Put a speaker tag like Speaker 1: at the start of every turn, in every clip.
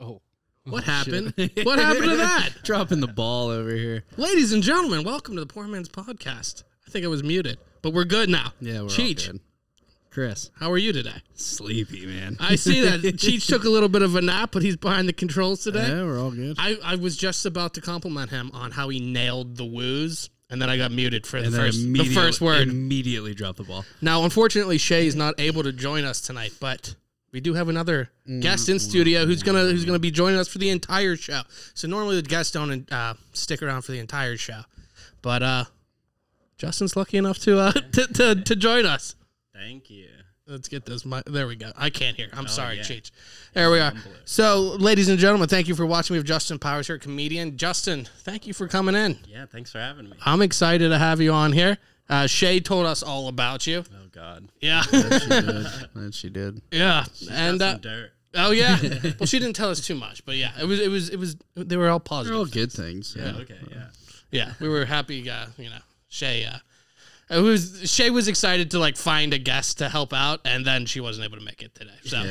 Speaker 1: Oh,
Speaker 2: What happened? what happened to that?
Speaker 1: dropping the ball over here.
Speaker 2: Ladies and gentlemen, welcome to the Poor Man's Podcast. I think I was muted, but we're good now.
Speaker 1: Yeah, we're
Speaker 2: Cheech,
Speaker 1: all good. Chris,
Speaker 2: how are you today?
Speaker 1: sleepy man.
Speaker 2: I see that Cheech took a little bit of a nap, but he's behind the controls today.
Speaker 1: Yeah, we're all good.
Speaker 2: I, I was just about to compliment him on how he nailed the woos, and then I got muted for the
Speaker 1: And then
Speaker 2: first, the
Speaker 1: immediately-
Speaker 2: first word.
Speaker 1: immediately dropped the ball.
Speaker 2: Now, unfortunately, Shay is not able to join us tonight, but we do have another guest in studio who's gonna who's gonna be joining us for the entire show. So normally the guests don't uh, stick around for the entire show, but uh, Justin's lucky enough to, uh, to to to join us.
Speaker 3: Thank you.
Speaker 2: Let's get this. mi- There we go. I can't hear. I'm sorry, Cheech. There we are. So, ladies and gentlemen, thank you for watching. We have Justin Powers here, comedian. Justin, thank you for coming in.
Speaker 3: Yeah, thanks for having me.
Speaker 2: I'm excited to have you on here. Uh, Shay told us all about you.
Speaker 3: Oh God,
Speaker 2: Yeah,
Speaker 1: She did. And she did.
Speaker 2: yeah, and uh,
Speaker 3: some dirt.
Speaker 2: Oh yeah. well, she didn't tell us too much, but yeah, it was it was it was they were all
Speaker 1: They're
Speaker 2: positive.
Speaker 1: all good things. Yeah.
Speaker 3: Okay, yeah.
Speaker 2: yeah, we were happy. Uh, you know, Shay. Uh, it was Shay was excited to like find a guest to help out, and then she wasn't able to make it today. So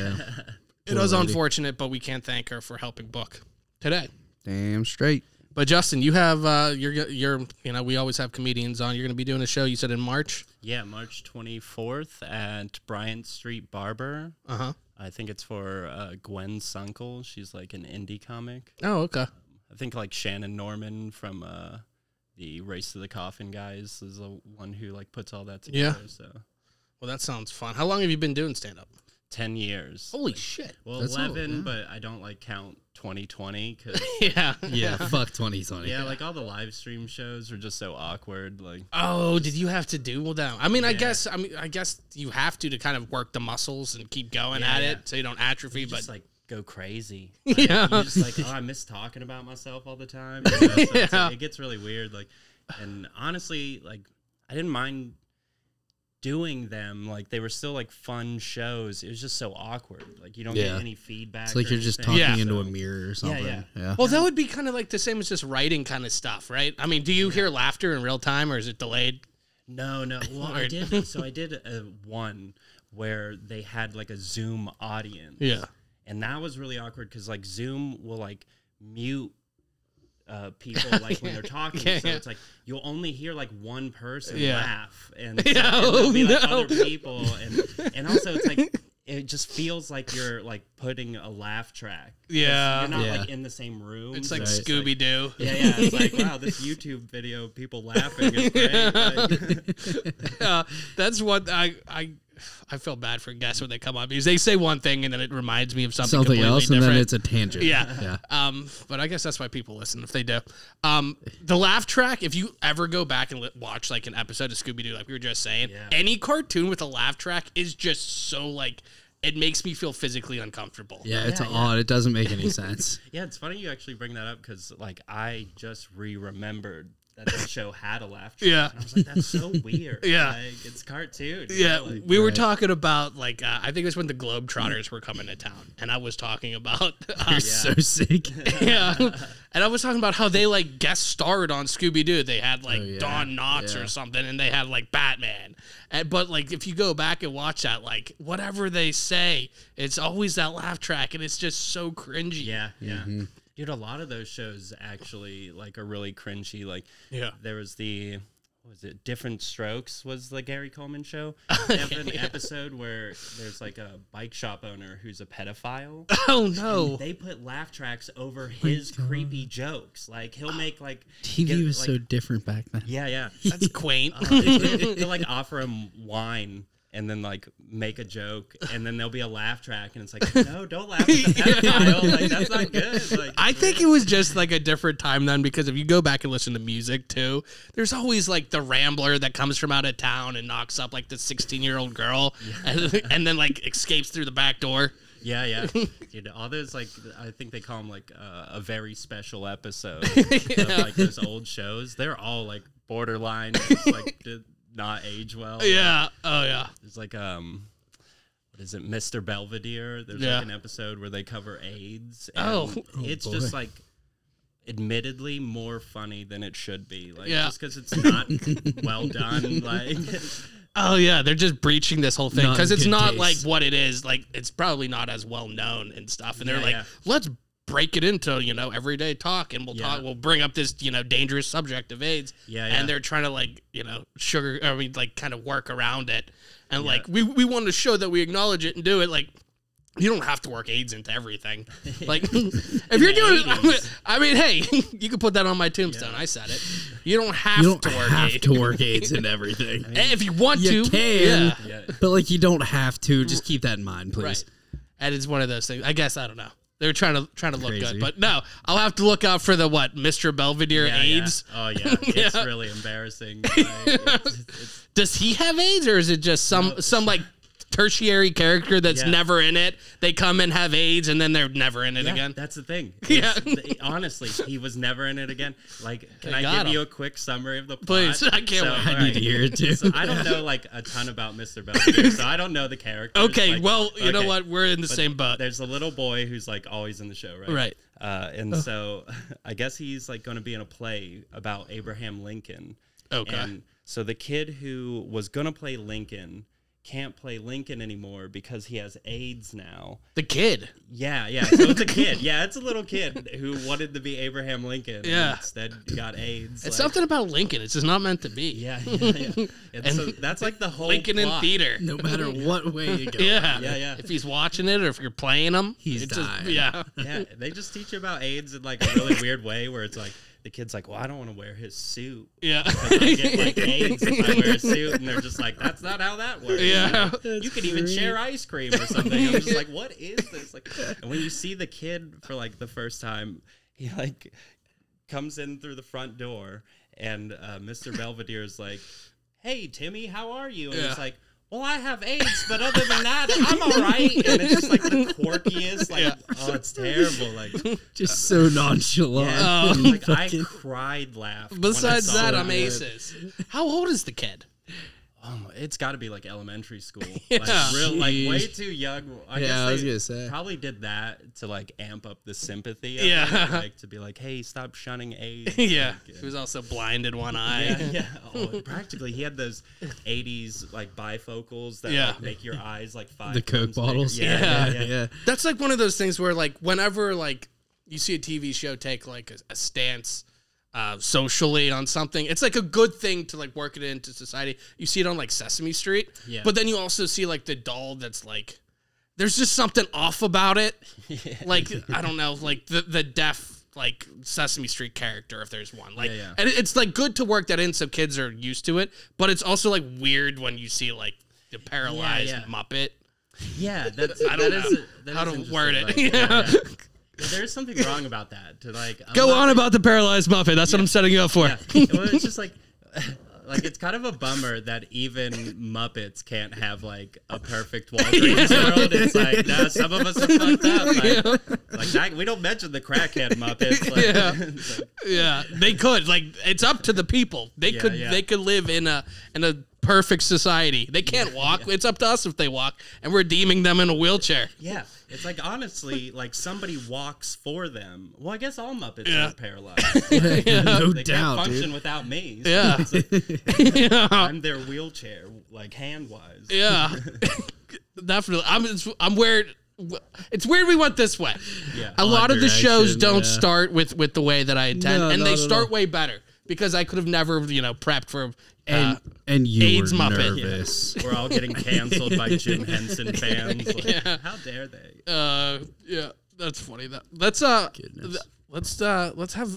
Speaker 2: it was unfortunate, but we can't thank her for helping book today.
Speaker 1: Damn straight.
Speaker 2: But Justin, you have uh, you're you're you know we always have comedians on. You're going to be doing a show. You said in March.
Speaker 3: Yeah, March 24th at Bryant Street Barber.
Speaker 2: Uh huh.
Speaker 3: I think it's for uh, Gwen Sunkel. She's like an indie comic.
Speaker 2: Oh okay.
Speaker 3: I think like Shannon Norman from uh, the Race to the Coffin guys is the one who like puts all that
Speaker 2: Yeah.
Speaker 3: together. So
Speaker 2: Well, that sounds fun. How long have you been doing stand up?
Speaker 3: ten years.
Speaker 2: Holy shit.
Speaker 3: well,
Speaker 1: that's all,
Speaker 3: eleven,
Speaker 1: yeah.
Speaker 3: but I don't like count 2020 because
Speaker 2: Yeah.
Speaker 1: Yeah. fuck 2020.
Speaker 3: yeah, like all the live stream shows are just so awkward. Like
Speaker 2: Oh, did you have to do well down? I mean, I
Speaker 3: Yeah.
Speaker 2: guess I mean I guess you have to to kind of work the muscles and keep going
Speaker 3: Yeah,
Speaker 2: at
Speaker 3: yeah.
Speaker 2: it so you don't atrophy.
Speaker 3: you just
Speaker 2: but
Speaker 3: like go crazy.
Speaker 2: yeah,
Speaker 3: I'm just like, oh, I miss talking about myself all the time. you know? So it's,
Speaker 2: Yeah.
Speaker 3: like, it gets really weird. Like, and honestly, like, I didn't mind doing them. Like, they were still like fun shows. It was just so awkward. Like, you don't
Speaker 1: Yeah.
Speaker 3: get any feedback.
Speaker 1: It's like
Speaker 3: or
Speaker 1: you're just talking
Speaker 3: anything.
Speaker 2: Yeah.
Speaker 1: into a mirror or something. Yeah.
Speaker 3: yeah.
Speaker 2: well, that would be kind of like the same as just writing kind of stuff, right? I mean, do you hear laughter in real time or is it delayed?
Speaker 3: No, no. Well, I
Speaker 2: Alright.
Speaker 3: did. So I did a one where they had like a Zoom audience. and that was really awkward because like zoom will like mute uh, people like when they're talking
Speaker 2: Yeah,
Speaker 3: so
Speaker 2: yeah.
Speaker 3: it's like you'll only hear like one person
Speaker 2: Yeah.
Speaker 3: laugh and, so,
Speaker 2: Yeah,
Speaker 3: and there'll be like
Speaker 2: oh, no.
Speaker 3: other people and and also it's like it just feels like you're like putting a laugh track 'Cause
Speaker 2: Yeah.
Speaker 3: you're not
Speaker 1: Yeah.
Speaker 3: like in the same room
Speaker 2: It's
Speaker 3: so
Speaker 2: like
Speaker 1: Right.
Speaker 2: Scooby Doo.
Speaker 3: yeah, yeah, it's like wow, this YouTube video, of people laughing is great. Like,
Speaker 2: Yeah, Uh, that's what I I I feel bad for guests when they come on because they say one thing and then it reminds me of something,
Speaker 1: Something
Speaker 2: completely
Speaker 1: else,
Speaker 2: different.
Speaker 1: and then it's a tangent.
Speaker 2: Yeah.
Speaker 1: Yeah.
Speaker 2: Um, but I guess that's why people listen if they do. Um, the laugh track, if you ever go back and li- watch like an episode of Scooby Doo, like we were just saying,
Speaker 3: Yeah.
Speaker 2: any cartoon with a laugh track is just so like, it makes me feel physically uncomfortable.
Speaker 1: Yeah, it's odd. It doesn't make any sense.
Speaker 3: yeah, it's funny you actually bring that up because like I just re-remembered that the show had a laugh track.
Speaker 2: Yeah.
Speaker 3: And I was like, that's so weird.
Speaker 2: Yeah.
Speaker 3: Like, it's cartoon. you
Speaker 2: Yeah,
Speaker 3: know, like-
Speaker 2: we were talking about like uh, I think it was when the Globetrotters were coming to town, and I was talking about uh,
Speaker 1: You're so sick.
Speaker 2: yeah, and I was talking about how they like guest starred on Scooby Doo. They had like
Speaker 1: Oh, yeah.
Speaker 2: Don Knotts
Speaker 1: Yeah.
Speaker 2: or something, and they had like Batman. And, but like if you go back and watch that, like whatever they say, it's always that laugh track, and it's just so cringy.
Speaker 3: yeah. Yeah.
Speaker 1: Mm-hmm.
Speaker 3: Dude, a lot of those shows actually like are really cringy. Like
Speaker 2: Yeah.
Speaker 3: there was the what was it different strokes was the gary coleman show they have an episode where there's like a bike shop owner who's a pedophile
Speaker 2: Oh no.
Speaker 3: they put laugh tracks over
Speaker 1: Oh
Speaker 3: his creepy jokes like he'll make like
Speaker 1: TV
Speaker 3: get,
Speaker 1: was
Speaker 3: like-
Speaker 1: so different back then.
Speaker 3: yeah yeah
Speaker 2: That's quaint.
Speaker 1: Uh,
Speaker 3: they like offer him wine and then like make a joke and then there'll be a laugh track and it's like no don't laugh at the pedophile like that's not good like
Speaker 2: I think it was just like a different time then because if you go back and listen to music too, there's always like the rambler that comes from out of town and knocks up like the 16 year old girl and, and then like escapes through the back door.
Speaker 3: Yeah, yeah. Dude, all those like I think they call them like uh, a very special episode of like those old shows. They're all like borderline just, like did not age well.
Speaker 2: Yeah. Oh yeah.
Speaker 3: There's like um what is it, Mr. Belvedere? There's
Speaker 2: Yeah.
Speaker 3: like an episode where they cover AIDS. And
Speaker 2: Oh.
Speaker 3: it's
Speaker 1: boy.
Speaker 3: just like admittedly more funny than it should be. Like
Speaker 2: Yeah.
Speaker 3: just because it's not well done, like
Speaker 2: Oh yeah. They're just breaching this whole thing
Speaker 1: Not
Speaker 2: because
Speaker 1: in
Speaker 2: it's
Speaker 1: good
Speaker 2: not
Speaker 1: taste.
Speaker 2: like what it is. Like it's probably not as well known and stuff. And they're
Speaker 3: Yeah,
Speaker 2: like,
Speaker 3: yeah.
Speaker 2: let's break it into you know everyday talk and we'll talk
Speaker 3: Yeah.
Speaker 2: we'll bring up this you know dangerous subject of AIDS.
Speaker 3: Yeah, yeah.
Speaker 2: And they're trying to like you know sugar. I mean like kind of work around it. And like we we want to show that we acknowledge it and do it like. You don't have to work AIDS into everything. Like, if you're doing, it,
Speaker 3: 80s.
Speaker 2: I mean, hey, you can put that on my tombstone. I said it. You don't have
Speaker 1: You don't
Speaker 2: to work
Speaker 1: have
Speaker 2: AIDS.
Speaker 1: to work AIDS and everything.
Speaker 2: Eh, if you want
Speaker 1: you
Speaker 2: to,
Speaker 1: can,
Speaker 2: yeah,
Speaker 3: Yeah.
Speaker 1: but like you don't have to. Just keep that in mind, please.
Speaker 2: right. And it's one of those things. I guess I don't know. They're trying to trying to look
Speaker 1: Crazy.
Speaker 2: good, but no, I'll have to look out for the what Mr. Belvedere
Speaker 3: yeah, yeah.
Speaker 2: AIDS.
Speaker 3: Oh yeah. It's really embarrassing. Like, it's- it's
Speaker 2: Does he have AIDS, or is it just some some like tertiary character that's
Speaker 3: Yeah.
Speaker 2: never in it? They come and have AIDS, and then they're never in it
Speaker 3: Yeah,
Speaker 2: again.
Speaker 3: That's the thing.
Speaker 2: Yeah.
Speaker 3: It's- th- honestly, he was never in it again. Like, can
Speaker 2: They
Speaker 3: I
Speaker 2: got
Speaker 3: give you
Speaker 2: him.
Speaker 3: a quick summary of the plot?
Speaker 2: Please, I can't wait. I
Speaker 3: all
Speaker 1: I need to hear it too.
Speaker 3: So I don't know like a ton about Mr. Belvedere, so I don't know the character.
Speaker 2: Okay, well, you know what? We're in the same boat.
Speaker 3: Uh, There's a little boy who's like always in the show, right?
Speaker 2: Right.
Speaker 3: Uh, and so I guess he's like going to be in a play about Abraham Lincoln.
Speaker 2: Okay.
Speaker 3: And so the kid who was going to play Lincoln can't play Lincoln anymore because he has AIDS now.
Speaker 2: The kid.
Speaker 3: Yeah, yeah. So it's a kid. Yeah, it's a little kid who wanted to be Abraham Lincoln. and
Speaker 2: Yeah.
Speaker 3: Instead got AIDS.
Speaker 2: It's
Speaker 3: like-
Speaker 2: something about Lincoln. It's just not meant to be.
Speaker 3: Yeah, yeah, yeah. And, so that's like the whole
Speaker 2: Lincoln in
Speaker 3: plot.
Speaker 2: theater.
Speaker 1: no matter what way you go,
Speaker 2: Yeah.
Speaker 3: Yeah, yeah.
Speaker 2: If he's watching it or if you're playing him,
Speaker 1: He's
Speaker 2: it's
Speaker 1: dying.
Speaker 2: yeah.
Speaker 3: Yeah, they just teach you about AIDS in like a really weird way where it's like the kid's like, well, I don't want to wear his suit.
Speaker 2: Yeah.
Speaker 3: I get like AIDS if I wear a suit, and they're just like, "That's not how that works."
Speaker 2: Yeah.
Speaker 3: you could even share ice cream or something. I'm just like, "What is this?" Like, and when you see the kid for like the first time, he like comes in through the front door, and uh, Mr. Belvedere's like, "Hey, Timmy, how are you?" And he's
Speaker 2: Yeah.
Speaker 3: like. Well, I have AIDS, but other than that, I'm all right. And it's just like the quirkiest, like, oh, it's terrible. Like,
Speaker 1: just so nonchalant.
Speaker 3: yeah.
Speaker 1: and
Speaker 3: like I
Speaker 1: Oh, fucking-
Speaker 3: cried laugh. when I
Speaker 2: Besides
Speaker 3: saw
Speaker 2: that,
Speaker 3: it.
Speaker 2: I'm aces. How old is the kid?
Speaker 3: Um, it's got to be like elementary school,
Speaker 2: Yeah.
Speaker 3: like real, like way
Speaker 1: Jeez.
Speaker 3: too young. I
Speaker 1: Yeah,
Speaker 3: guess
Speaker 1: I was
Speaker 3: they
Speaker 1: gonna say.
Speaker 3: probably did that to like amp up the sympathy. Of it,
Speaker 2: Yeah.
Speaker 3: like to be like, hey, stop shunning AIDS.
Speaker 2: Yeah.
Speaker 3: Like,
Speaker 2: He was also blind in one eye.
Speaker 3: yeah, yeah. Oh, and practically, he had those '80s like bifocals that
Speaker 2: Yeah.
Speaker 3: like, make your eyes like
Speaker 2: Oh.
Speaker 3: five.
Speaker 1: the Coke
Speaker 3: times bigger.
Speaker 1: bottles.
Speaker 3: Yeah, yeah, yeah.
Speaker 2: That's like one of those things where, like, whenever like you see a TV show take like a, a stance uh, socially on something, it's like a good thing to like work it into society. You see it on like Sesame Street,
Speaker 3: Yeah.
Speaker 2: but then you also see like the doll that's like, there's just something off about it. Like I don't know, like the the deaf. Like Sesame Street character, if there's one, like,
Speaker 3: Yeah, yeah.
Speaker 2: and it- it's like good to work that in so kids are used to it, but it's also like weird when you see like the paralyzed
Speaker 3: yeah.
Speaker 2: Muppet.
Speaker 3: Yeah, that's
Speaker 2: I don't
Speaker 3: that
Speaker 2: know
Speaker 3: is- that
Speaker 2: how
Speaker 3: is
Speaker 2: to word it.
Speaker 3: interesting, like, yeah, yeah. There's something wrong about that. To like I'm
Speaker 2: Go
Speaker 3: not-
Speaker 2: on about the paralyzed muffin. That's what I'm setting you up for.
Speaker 3: Yeah. well, it's just like, like it's kind of a bummer that even Muppets can't have like a perfect Walgreens world. It's like, no, some of us are fucked up. Like, like that, we don't mention the crackhead Muppets. Like,
Speaker 2: Yeah.
Speaker 3: it's like,
Speaker 2: Yeah, they could. Like, it's up to the people. They
Speaker 3: Yeah,
Speaker 2: could.
Speaker 3: yeah.
Speaker 2: They could live in a in a perfect society. They can't walk. It's up to us if they walk, and we're deeming them in a wheelchair.
Speaker 3: yeah, it's like honestly, like somebody walks for them. Well, I guess all Muppets
Speaker 2: Yeah.
Speaker 3: are paralyzed. Like,
Speaker 1: no
Speaker 3: they can't
Speaker 1: doubt,
Speaker 3: function
Speaker 1: dude.
Speaker 3: without me. So
Speaker 2: Yeah,
Speaker 3: it's like,
Speaker 2: yeah,
Speaker 3: I'm their wheelchair, like hand wise.
Speaker 2: yeah. Definitely. I'm. It's, I'm weird. It's weird we went this way.
Speaker 3: Yeah.
Speaker 2: A lot of the shows
Speaker 1: direction,
Speaker 2: don't
Speaker 1: yeah.
Speaker 2: start with with the way that I intend,
Speaker 1: No,
Speaker 2: and
Speaker 1: not
Speaker 2: they
Speaker 1: at
Speaker 2: start
Speaker 1: all.
Speaker 2: way better because I could have never, you know, prepped for. Uh,
Speaker 1: and and you
Speaker 2: AIDS
Speaker 1: were
Speaker 2: Muppet.
Speaker 1: nervous.
Speaker 3: We're all getting canceled by Jim Henson fans. Like, How dare they?
Speaker 2: Uh, yeah, that's funny. That let's uh,
Speaker 1: Goodness.
Speaker 2: th- let's uh, let's have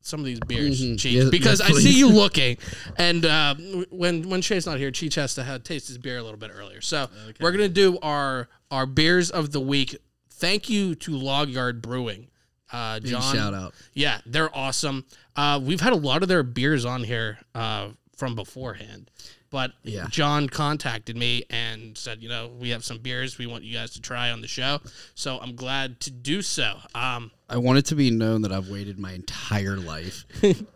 Speaker 2: some of these beers, Cheech,
Speaker 1: Yes,
Speaker 2: because
Speaker 1: yes,
Speaker 2: I see
Speaker 1: please.
Speaker 2: you looking, and uh, w- when when Shay's not here, Cheech has to have, taste his beer a little bit earlier. So we're gonna do our our beers of the week. Thank you to Log Yard Brewing, uh, John.
Speaker 1: shout out.
Speaker 2: Yeah, they're awesome. Uh, we've had a lot of their beers on here uh, from beforehand. But
Speaker 1: Yeah.
Speaker 2: John contacted me and said, you know, we have some beers we want you guys to try on the show. So I'm glad to do so. Um,
Speaker 1: I want it to be known that I've waited my entire life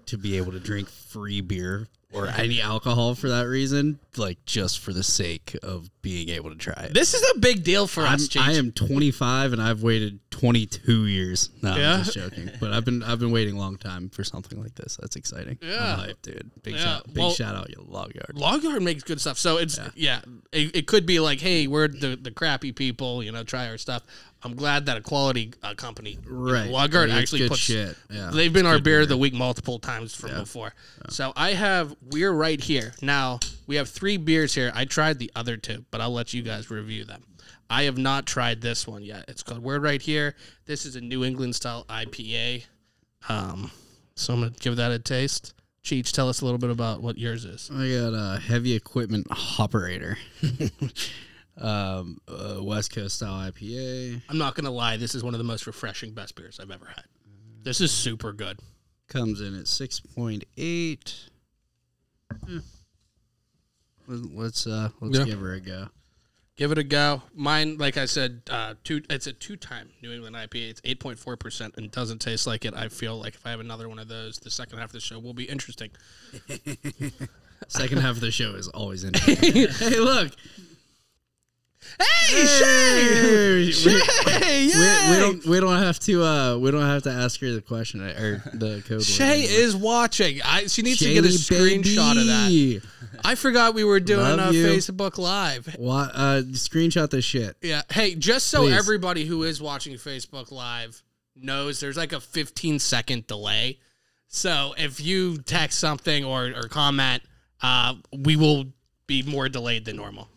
Speaker 1: to be able to drink free beer or any alcohol for that reason, like just for the sake of being able to try it.
Speaker 2: this is a big deal for
Speaker 1: I'm,
Speaker 2: us, Cheech.
Speaker 1: I am 25 and I've waited 22 years. No,
Speaker 2: Yeah.
Speaker 1: I'm just joking. But I've been I've been waiting a long time for something like this. That's exciting. I'm
Speaker 2: Yeah.
Speaker 1: hyped, dude. Big
Speaker 2: Yeah,
Speaker 1: shout, big
Speaker 2: well-
Speaker 1: shout out, you log yard.
Speaker 2: Log Yard makes good stuff. So it's yeah, it, it could be like, hey, we're the, the crappy people, you know, try our stuff. I'm glad that a quality uh, company, you know,
Speaker 1: Right.
Speaker 2: Log Yard
Speaker 1: It's
Speaker 2: actually
Speaker 1: good
Speaker 2: puts
Speaker 1: shit. Yeah.
Speaker 2: They've been our beer, of the week multiple times from before. So I have we're right here now. We have three beers here. I tried the other two, but I'll let you guys review them. I have not tried this one yet. It's called We're Right Here. This is a New England style IPA. Um, so I'm gonna give that a taste. Cheech, tell us a little bit about what yours is.
Speaker 1: I got a heavy equipment operator. um, uh, West Coast style IPA.
Speaker 2: I'm not gonna lie, this is one of the most refreshing best beers I've ever had. This is super good.
Speaker 1: comes in at 6.8 Eh. Let- let's uh let's
Speaker 2: Hmm. Yeah.
Speaker 1: give her a go
Speaker 2: Give it a go. Mine, like I said, uh, two. It's a two-time New England IPA. It's eight point four percent and doesn't taste like it. I feel like if I have another one of those, the second half of the show will be interesting.
Speaker 1: second half of the show is always in hey look
Speaker 2: Hey,
Speaker 1: Hey, we-
Speaker 2: Shay,
Speaker 1: we, we don't we don't have to uh we don't have to ask her the question or the code word
Speaker 2: Shay
Speaker 1: anymore.
Speaker 2: is watching. I she needs to get a
Speaker 1: Shay,
Speaker 2: screenshot of that.
Speaker 1: baby.
Speaker 2: I forgot we were doing
Speaker 1: Love
Speaker 2: a
Speaker 1: you.
Speaker 2: Facebook Live.
Speaker 1: Why, uh screenshot this shit
Speaker 2: Yeah. Hey, just so
Speaker 1: Please.
Speaker 2: everybody who is watching Facebook Live knows there's like a 15 second delay. So if you text something or, or comment, uh, we will be more delayed than normal.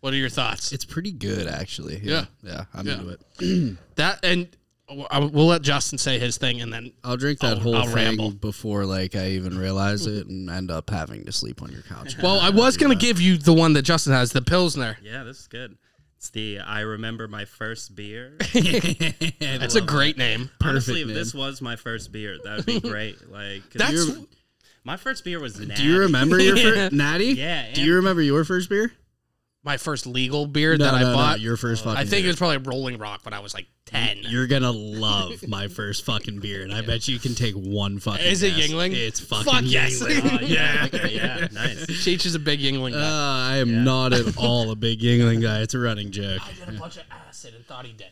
Speaker 2: What are your thoughts?
Speaker 1: it's pretty good actually
Speaker 2: Yeah.
Speaker 1: yeah, i'm
Speaker 2: Yeah.
Speaker 1: into it
Speaker 2: that and uh, I- we'll let Justin say his thing and then
Speaker 1: I'll drink that
Speaker 2: I'll-
Speaker 1: whole
Speaker 2: I'll
Speaker 1: thing
Speaker 2: ramble.
Speaker 1: before like I even realize it and end up having to sleep on your couch.
Speaker 2: well, I was gonna give you the one that Justin has, the Pilsner.
Speaker 3: Yeah, this is good. It's the I remember my first beer.
Speaker 2: That's a great name.
Speaker 3: Honestly,
Speaker 1: Perfect,
Speaker 3: if this was my first beer, that would be great. Like 'cause
Speaker 2: That's
Speaker 3: you're- my first beer was. Natty.
Speaker 1: Do you remember your first natty?
Speaker 3: Yeah,
Speaker 1: Do
Speaker 3: and-
Speaker 1: you remember your first beer?
Speaker 2: my first legal beer
Speaker 1: No,
Speaker 2: that I
Speaker 1: no, no,
Speaker 2: bought. Oh,
Speaker 1: your first fucking.
Speaker 2: I think it
Speaker 1: beer.
Speaker 2: was probably Rolling Rock when I was like ten.
Speaker 1: You're gonna love my first fucking beer, and I bet you can take one fucking.
Speaker 2: Is it
Speaker 1: guess.
Speaker 2: Yingling?
Speaker 1: It's fucking
Speaker 2: Fuck yes.
Speaker 1: Yingling.
Speaker 3: Oh, yeah, yeah, nice.
Speaker 2: Cheech is a big Yingling
Speaker 1: Uh,
Speaker 2: guy.
Speaker 1: I am not at all a big Yingling guy. It's a running joke.
Speaker 2: did a bunch of acid and thought he did.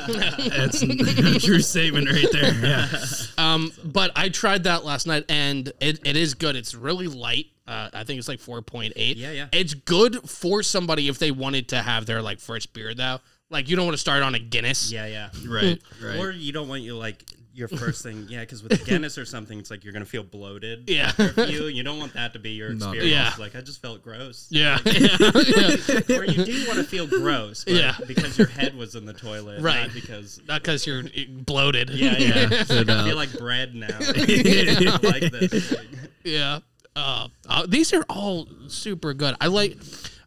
Speaker 1: That's a true statement right there. Yeah.
Speaker 2: um, but I tried that last night, and it, it is good. It's really light. Uh, I think it's like four point eight.
Speaker 3: Yeah, yeah.
Speaker 2: It's good for somebody if they wanted to have their like first beer though. Like you don't want to start on a Guinness.
Speaker 3: Yeah, yeah.
Speaker 1: Right. Right.
Speaker 3: Or you don't want your like your first thing, yeah, because with Guinness or something, it's like you're gonna feel bloated.
Speaker 2: Yeah.
Speaker 3: after a few. you don't want that to be your
Speaker 1: Not at
Speaker 3: experience.
Speaker 2: all.
Speaker 3: Like I just felt gross.
Speaker 2: Yeah. yeah.
Speaker 3: or you do want to feel gross, but
Speaker 2: Yeah.
Speaker 3: because your head was in the toilet,
Speaker 2: Right.
Speaker 3: Not because
Speaker 2: Not because you're bloated.
Speaker 3: yeah, yeah,
Speaker 1: So
Speaker 3: I
Speaker 1: now-
Speaker 3: feel like bread now. I like this. Like,
Speaker 2: Yeah. Uh, uh, these are all super good. I like.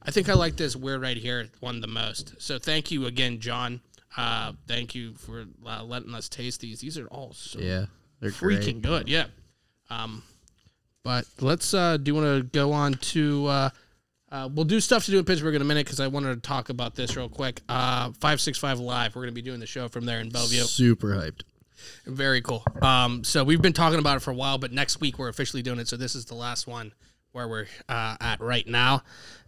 Speaker 2: I think I like this "We're Right Here" one the most. So thank you again, John. Uh, thank you for uh, letting us taste these. These are all so
Speaker 1: yeah. They're great.
Speaker 2: freaking good. Yeah. Um, but let's uh, do you want to go on to uh, uh, we'll do stuff to do in Pittsburgh in a minute because I wanted to talk about this real quick. Uh, Five six five live. We're gonna be doing the show from there in Bellevue.
Speaker 1: Super hyped.
Speaker 2: Very cool. Um, so we've been talking about it for a while, but next week we're officially doing it. So this is the last one where we're uh, at right now,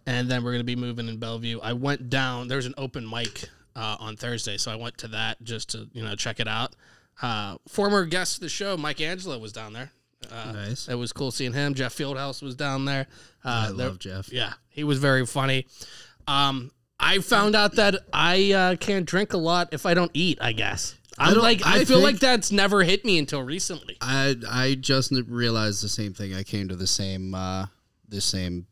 Speaker 2: and then we're gonna be moving in Bellevue. I went down. There's an open mic uh, on Thursday, so I went to that just to you know check it out. Uh, former guest of the show, Mike Angelo, was down there. Uh,
Speaker 1: Nice.
Speaker 2: It was cool seeing him. Jeff Fieldhouse was down there. Uh,
Speaker 1: I
Speaker 2: there-
Speaker 1: love Jeff.
Speaker 2: yeah, he was very funny. Um, I found out that I uh, can't drink a lot if I don't eat. I guess I'm
Speaker 1: don't-
Speaker 2: like I,
Speaker 1: I
Speaker 2: feel
Speaker 1: think-
Speaker 2: like that's never hit me until recently.
Speaker 1: I I just n- realized the same thing. I came to the same uh the same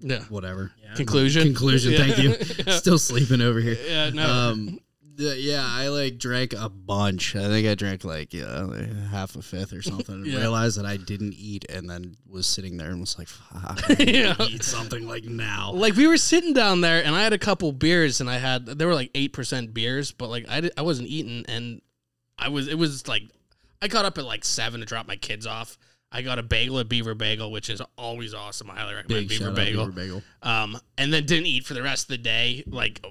Speaker 2: Yeah.
Speaker 1: whatever
Speaker 2: Conclusion.
Speaker 1: conclusion.
Speaker 2: Yeah.
Speaker 1: Thank you. Still sleeping over here.
Speaker 2: yeah. No.
Speaker 1: Um. the- yeah, I like drank a bunch. I think I drank like yeah, like half a fifth or something. and
Speaker 2: Yeah.
Speaker 1: Realized that I didn't eat, and then was sitting there and was like, "Fuck,
Speaker 2: Yeah.
Speaker 1: I need something like now."
Speaker 2: Like we were sitting down there, and I had a couple beers, and I had there were like eight percent beers, but like I, di- I wasn't eating, and I was it was like I got up at like seven to drop my kids off. I got a bagel at Beaver Bagel, which is always awesome. I highly recommend
Speaker 1: Big
Speaker 2: Beaver
Speaker 1: shout out
Speaker 2: Bagel.
Speaker 1: Beaver Bagel.
Speaker 2: Um, and then didn't eat for the rest of the day. Like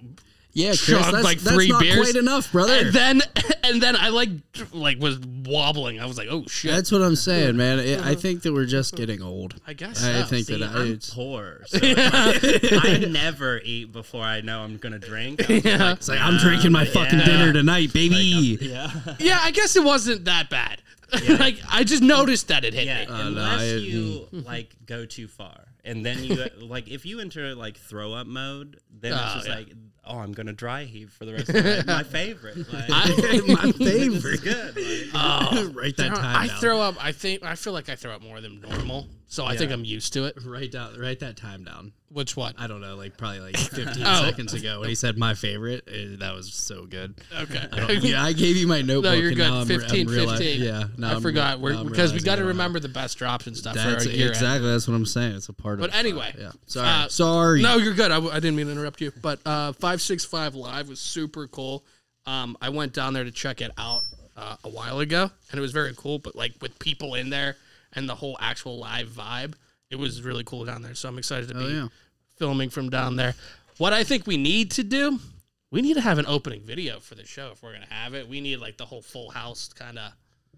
Speaker 1: Yeah, Chris,
Speaker 2: chugged
Speaker 1: that's,
Speaker 2: like
Speaker 1: that's
Speaker 2: three
Speaker 1: not
Speaker 2: beers.
Speaker 1: quite enough, brother.
Speaker 2: And then and then I like like was wobbling. I was like, oh shit.
Speaker 1: that's what I'm saying, man. I I think that we're just getting old.
Speaker 2: I guess
Speaker 1: I
Speaker 2: so.
Speaker 1: think
Speaker 3: See,
Speaker 1: that I,
Speaker 3: I'm
Speaker 1: it's,
Speaker 3: poor, so I never eat before I know I'm gonna drink. I'm
Speaker 2: yeah.
Speaker 1: it's like I'm drinking my fucking dinner tonight, baby.
Speaker 2: yeah, I guess it wasn't that bad. like I just noticed that it hit
Speaker 3: Yeah,
Speaker 2: me.
Speaker 1: no,
Speaker 3: unless
Speaker 1: I-
Speaker 3: you like go too far, and then you like if you enter like throw up mode, then it's
Speaker 2: Oh,
Speaker 3: just
Speaker 2: yeah.
Speaker 3: like, oh, I'm gonna dry heave for the rest of my life. My favorite. Like,
Speaker 1: my
Speaker 3: this is
Speaker 1: favorite. Oh.
Speaker 3: good. like,
Speaker 1: write that time
Speaker 2: I
Speaker 1: down.
Speaker 2: throw up. I think I feel like I throw up more than normal, so I think
Speaker 3: Yeah.
Speaker 2: I'm used to it.
Speaker 1: write down. Write that time down.
Speaker 2: Which one?
Speaker 1: I don't know, like probably like 15
Speaker 2: Oh.
Speaker 1: seconds ago when he said my favorite. eh, that was so good.
Speaker 2: Okay.
Speaker 1: I don't- yeah, I gave you my notebook.
Speaker 2: Oh. No, you're
Speaker 1: and
Speaker 2: good.
Speaker 1: Now I'm,
Speaker 2: 15,
Speaker 1: I'm reali-
Speaker 2: 15.
Speaker 1: Yeah, now
Speaker 2: I
Speaker 1: I'm-
Speaker 2: forgot. We're,
Speaker 1: now I'm
Speaker 2: because we
Speaker 1: realizing
Speaker 2: got to
Speaker 1: what I-
Speaker 2: remember the best option stuff
Speaker 1: That's
Speaker 2: for our year. end.
Speaker 1: exactly that's what I'm saying. It's a part
Speaker 2: But
Speaker 1: of. it.
Speaker 2: anyway,
Speaker 1: yeah. Sorry,
Speaker 2: uh,
Speaker 1: sorry.
Speaker 2: No, you're good. I, w- I didn't mean to interrupt you. But uh, 565 Live was super cool. Um, I went down there to check it out uh, a while ago, and it was very cool. But like with people in there and the whole actual live vibe, it was really cool down there. So I'm excited to be
Speaker 1: Oh, yeah.
Speaker 2: filming from down there. What I think we need to do, we need to have an opening video for the show if we're gonna have it. We need like the whole full house kind of.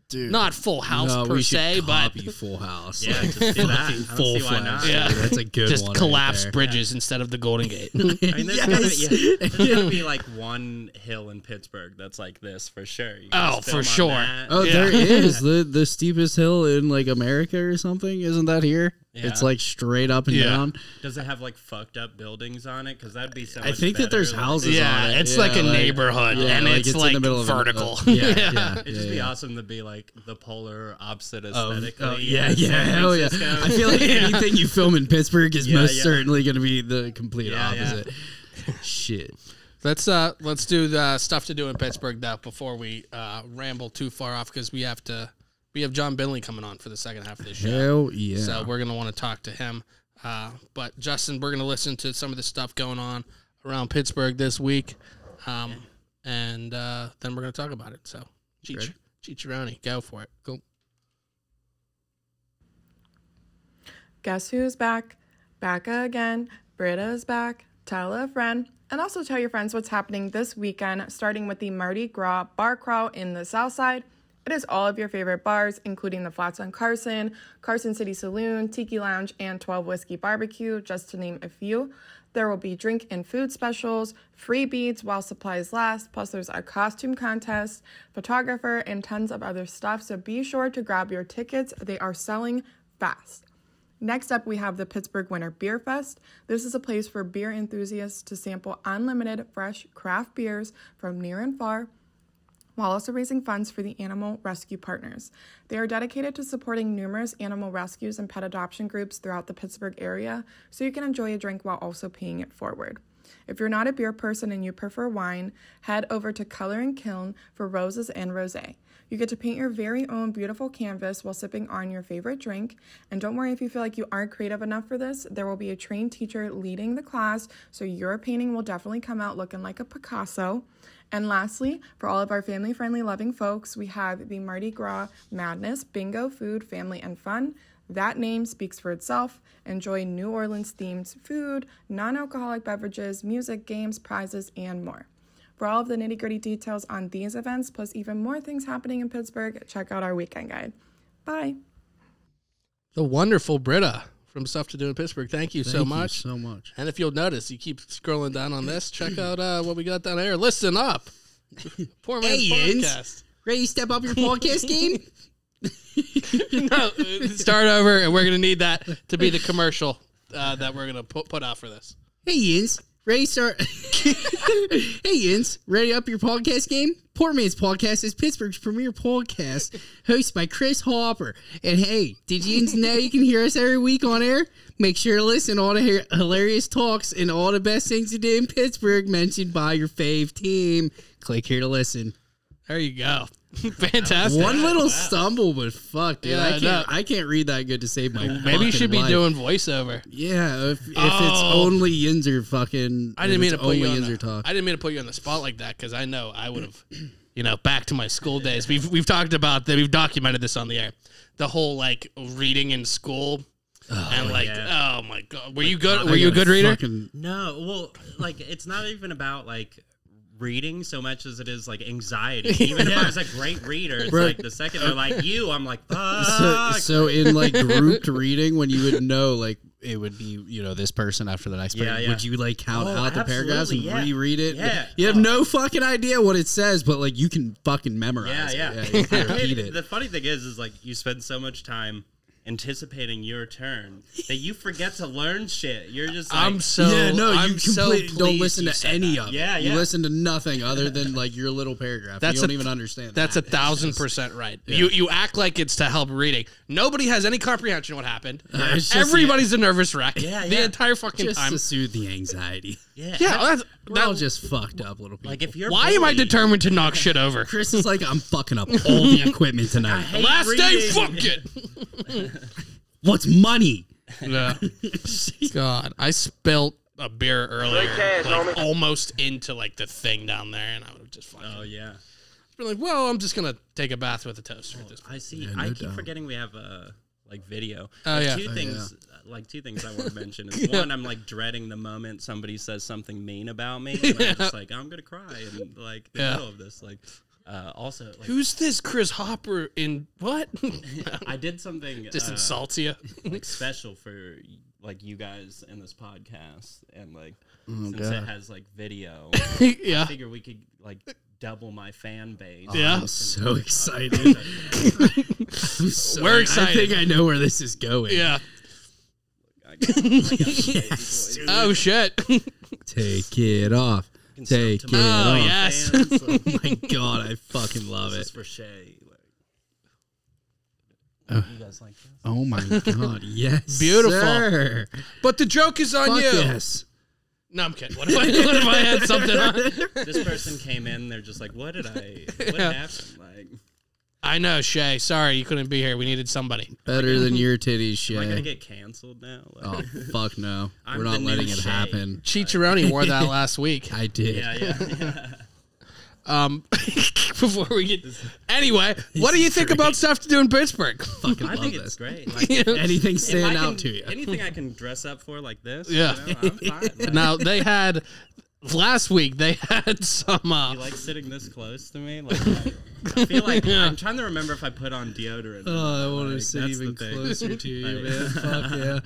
Speaker 1: Dude.
Speaker 2: Not full house
Speaker 1: No,
Speaker 2: per
Speaker 1: we should
Speaker 2: se, but
Speaker 1: copy Full House.
Speaker 3: yeah,
Speaker 1: Like,
Speaker 3: just do that. I don't
Speaker 1: full
Speaker 3: see why not.
Speaker 1: fledged.
Speaker 2: Yeah.
Speaker 1: that's a good
Speaker 2: just
Speaker 1: one. right
Speaker 2: collapse
Speaker 1: there.
Speaker 2: bridges instead of the Golden Gate.
Speaker 3: I mean, there's,
Speaker 1: Yes.
Speaker 3: gonna, yeah, there's gonna be like one hill in Pittsburgh that's like this for sure. You can
Speaker 2: Oh,
Speaker 3: just
Speaker 2: for
Speaker 3: film on
Speaker 2: sure.
Speaker 3: that.
Speaker 1: Oh,
Speaker 2: Yeah.
Speaker 1: there is the the steepest hill in like America or something. Isn't that here?
Speaker 3: Yeah.
Speaker 1: It's like straight up and
Speaker 2: Yeah.
Speaker 1: down.
Speaker 3: Does it have like fucked up buildings on it? Because that'd be so.
Speaker 1: I
Speaker 3: much
Speaker 1: think that
Speaker 3: better,
Speaker 1: there's
Speaker 3: like-
Speaker 1: houses.
Speaker 2: Yeah,
Speaker 1: on it.
Speaker 2: it's like a neighborhood, and it's
Speaker 1: in
Speaker 2: like
Speaker 1: the middle of a-
Speaker 2: vertical.
Speaker 1: uh, yeah, yeah,
Speaker 3: It'd just
Speaker 1: yeah,
Speaker 3: be
Speaker 1: yeah.
Speaker 3: awesome to be like the polar opposite
Speaker 1: Of-
Speaker 3: aesthetically.
Speaker 1: oh, yeah,
Speaker 3: in San
Speaker 1: yeah, hell yeah.
Speaker 3: Francisco.
Speaker 1: I feel like anything you film in Pittsburgh is
Speaker 3: Yeah,
Speaker 1: most
Speaker 3: yeah.
Speaker 1: certainly going to be the complete
Speaker 3: Yeah, yeah.
Speaker 1: opposite. Shit.
Speaker 2: Let's uh let's do the stuff to do in Pittsburgh though before we uh ramble too far off because we have to we have John Bentley coming on for the second half of the show.
Speaker 1: Hell yeah.
Speaker 2: So we're gonna want to talk to him. Uh, but Justin, we're gonna listen to some of the stuff going on around Pittsburgh this week, um, and uh, then we're gonna talk about it. So Chich- Chicharoni, go for it. Go.
Speaker 4: Guess who's back? Becca again. Britta's back. Tell a friend. And also tell your friends what's happening this weekend, starting with the Mardi Gras Bar Crawl in the South Side. It is all of your favorite bars, including the Flats on Carson, Carson City Saloon, Tiki Lounge, and 12 Whiskey Barbecue, just to name a few. There will be drink and food specials, free beads while supplies last, plus there's a costume contest, photographer, and tons of other stuff. So be sure to grab your tickets. They are selling fast. Next up, we have the Pittsburgh Winter Beer Fest. This is a place for beer enthusiasts to sample unlimited fresh craft beers from near and far while also raising funds for the animal rescue partners. They are dedicated to supporting numerous animal rescues and pet adoption groups throughout the Pittsburgh area, so you can enjoy a drink while also paying it forward. If you're not a beer person and you prefer wine, head over to Color and Kiln for roses and rosé. You get to paint your very own beautiful canvas while sipping on your favorite drink. And don't worry if you feel like you aren't creative enough for this, there will be a trained teacher leading the class, so your painting will definitely come out looking like a Picasso. And lastly, for all of our family friendly loving folks, we have the Mardi Gras Madness Bingo Food, Family, and Fun. That name speaks for itself. Enjoy New Orleans themed food, non alcoholic beverages, music, games, prizes, and more. For all of the nitty gritty details on these events, plus even more things happening in Pittsburgh, check out our weekend guide. Bye.
Speaker 2: The wonderful Britta from Stuff to Do in Pittsburgh. Thank you so
Speaker 1: Thank you
Speaker 2: much.
Speaker 1: so much.
Speaker 2: And if you'll notice, you keep scrolling down on this. Check out uh, what we got down there. Listen up, poor man's podcast.
Speaker 1: Ready to step up your podcast game?
Speaker 2: no, start over, and we're gonna need that to be the commercial uh, that we're gonna put put out for this.
Speaker 1: Hey, Yins. Ready to start? hey, Yins. Ready to up your podcast game? Poor Man's Podcast is Pittsburgh's premier podcast, hosted by Chris Hopper. And hey, did Yins know you can hear us every week on air? Make sure to listen to all the hi- hilarious talks and all the best things to do in Pittsburgh mentioned by your fave team. Click here to listen.
Speaker 2: There you go, fantastic.
Speaker 1: One little stumble, but fuck, dude.
Speaker 2: Yeah,
Speaker 1: I
Speaker 2: I
Speaker 1: can't.
Speaker 2: know.
Speaker 1: I can't read that good to save my.
Speaker 2: Maybe you
Speaker 1: fucking
Speaker 2: should be
Speaker 1: life.
Speaker 2: doing voiceover.
Speaker 1: Yeah, if, if it's
Speaker 2: Oh.
Speaker 1: only Yinzer fucking.
Speaker 2: I didn't
Speaker 1: if
Speaker 2: mean to
Speaker 1: it's
Speaker 2: put you
Speaker 1: only
Speaker 2: on.
Speaker 1: Yinzer
Speaker 2: The,
Speaker 1: talk.
Speaker 2: I didn't mean to put you on the spot like that because I know I would have you know, back to my school days. We've we've talked about that. We've documented this on the air. The whole like reading in school, and like, oh my god, were you good? Were you a good reader?
Speaker 1: Fucking-
Speaker 3: No, well, like it's not even about like reading so much as it is like anxiety. Even if I was a great reader, it's
Speaker 1: Bro.
Speaker 3: like the second they're like you, I'm like,
Speaker 1: so,
Speaker 3: fuck.
Speaker 1: so in like grouped reading, when you would know, like it would be, you know, this person after the next
Speaker 3: Yeah,
Speaker 1: person,
Speaker 3: yeah.
Speaker 1: would you like count
Speaker 3: Oh,
Speaker 1: out the paragraphs and
Speaker 3: absolutely, yeah.
Speaker 1: reread it?
Speaker 3: Yeah.
Speaker 1: You have
Speaker 3: Oh.
Speaker 1: no fucking idea what it says, but like you can fucking
Speaker 3: yeah,
Speaker 1: memorize
Speaker 3: yeah.
Speaker 1: it. you can repeat
Speaker 3: And
Speaker 1: it.
Speaker 3: The funny thing is, is like you spend so much time anticipating your turn that you forget to learn shit. You're just like,
Speaker 2: I'm so
Speaker 1: yeah, no,
Speaker 2: I'm
Speaker 1: you
Speaker 2: so
Speaker 1: completely don't
Speaker 2: pleased
Speaker 1: listen
Speaker 2: you
Speaker 1: to
Speaker 2: said
Speaker 1: any
Speaker 2: that.
Speaker 1: of it.
Speaker 3: Yeah,
Speaker 1: You
Speaker 3: yeah.
Speaker 1: listen to nothing other than like your little paragraph.
Speaker 2: That's
Speaker 1: you don't
Speaker 2: a-
Speaker 1: even understand.
Speaker 2: That's a
Speaker 1: that.
Speaker 2: thousand percent right. You you act like it's to help reading. Nobody has any comprehension of what happened.
Speaker 1: Uh, it's just-
Speaker 2: Everybody's a nervous wreck.
Speaker 3: Yeah,
Speaker 2: The
Speaker 3: yeah.
Speaker 2: entire fucking
Speaker 1: just
Speaker 2: time.
Speaker 1: to soothe the anxiety.
Speaker 3: yeah,
Speaker 2: yeah, that's,
Speaker 1: We're all
Speaker 2: that,
Speaker 1: just fucked up little people.
Speaker 3: like if you're
Speaker 2: why am I
Speaker 3: bullied-
Speaker 2: determined to knock shit over?
Speaker 1: Chris is like, I'm fucking up all the equipment
Speaker 3: I
Speaker 1: tonight.
Speaker 3: hate
Speaker 2: Last day,
Speaker 3: reading.
Speaker 2: fuck it.
Speaker 1: What's money?
Speaker 2: Yeah. God, I spilt a beer earlier, like, almost into like the thing down there, and I would have just fucking
Speaker 3: Oh yeah,
Speaker 2: been like, "Well, I'm just gonna take a bath with a toaster." At this point.
Speaker 3: I see.
Speaker 1: Yeah,
Speaker 3: I
Speaker 1: no
Speaker 3: keep
Speaker 1: doubt.
Speaker 3: forgetting we have a like video.
Speaker 2: Oh,
Speaker 3: Like,
Speaker 2: yeah.
Speaker 3: two
Speaker 2: Oh,
Speaker 3: things. Like two things I want to mention is one, I'm like dreading the moment somebody says something mean about me. And I'm just like I'm gonna cry in like the
Speaker 2: Yeah.
Speaker 3: middle of this. Like uh, also, like,
Speaker 2: Who's this Chris Hopper in what?
Speaker 3: I did something
Speaker 2: just
Speaker 3: uh,
Speaker 2: insults you.
Speaker 3: like special for like you guys in this podcast, and like
Speaker 1: Oh,
Speaker 3: since it has like video, I
Speaker 2: yeah.
Speaker 3: figure we could like double my fan base.
Speaker 2: Yeah.
Speaker 1: I'm so excited. I'm so-
Speaker 2: We're
Speaker 1: I
Speaker 2: excited.
Speaker 1: think I know where this is going.
Speaker 2: Yeah.
Speaker 3: I guess
Speaker 1: Yes.
Speaker 2: Oh shit.
Speaker 1: Take it off. Take it
Speaker 3: my
Speaker 2: Oh
Speaker 1: off.
Speaker 2: yes.
Speaker 3: fans, like,
Speaker 1: Oh my god, I fucking love
Speaker 3: this
Speaker 1: it.
Speaker 3: is for Shay. Like, you guys like this?
Speaker 1: Oh my god, yes.
Speaker 2: Beautiful.
Speaker 1: sir.
Speaker 2: But the joke is on
Speaker 1: Fuck
Speaker 2: you.
Speaker 1: yes.
Speaker 2: No, I'm kidding. What if I, what if I had something? on?
Speaker 3: this person came in, they're just like, "What did I? What
Speaker 2: Yeah.
Speaker 3: happened?" Like,
Speaker 2: I know, Shay. Sorry, you couldn't be here. We needed somebody.
Speaker 1: Better than your titties,
Speaker 3: am I gonna
Speaker 1: Shay.
Speaker 3: get canceled now? Like,
Speaker 1: Oh fuck no.
Speaker 3: I'm
Speaker 1: We're
Speaker 3: the
Speaker 1: not
Speaker 3: new
Speaker 1: letting it
Speaker 3: Shay.
Speaker 1: happen.
Speaker 2: Chicharoni wore that last week.
Speaker 1: I did.
Speaker 3: Yeah, yeah, yeah.
Speaker 2: Um, before we get anyway, what do you think about stuff to do in Pittsburgh?
Speaker 1: Fucking
Speaker 3: I
Speaker 1: love
Speaker 3: think it's
Speaker 1: this.
Speaker 3: great. Like,
Speaker 1: Anything
Speaker 3: if I
Speaker 1: stand out
Speaker 3: can-
Speaker 1: to you.
Speaker 3: Anything I can dress up for like this?
Speaker 2: Yeah.
Speaker 3: you know, I'm fine. Like,
Speaker 2: now they had last week. They had some.
Speaker 3: you
Speaker 2: Uh,
Speaker 3: like sitting this close to me? Like, I, I feel like I'm trying to remember if I put on deodorant. or not.
Speaker 1: Oh, I want to
Speaker 3: Like,
Speaker 1: sit
Speaker 3: that's
Speaker 1: even
Speaker 3: the thing.
Speaker 1: closer to you,
Speaker 3: Like-
Speaker 1: man. Fuck yeah.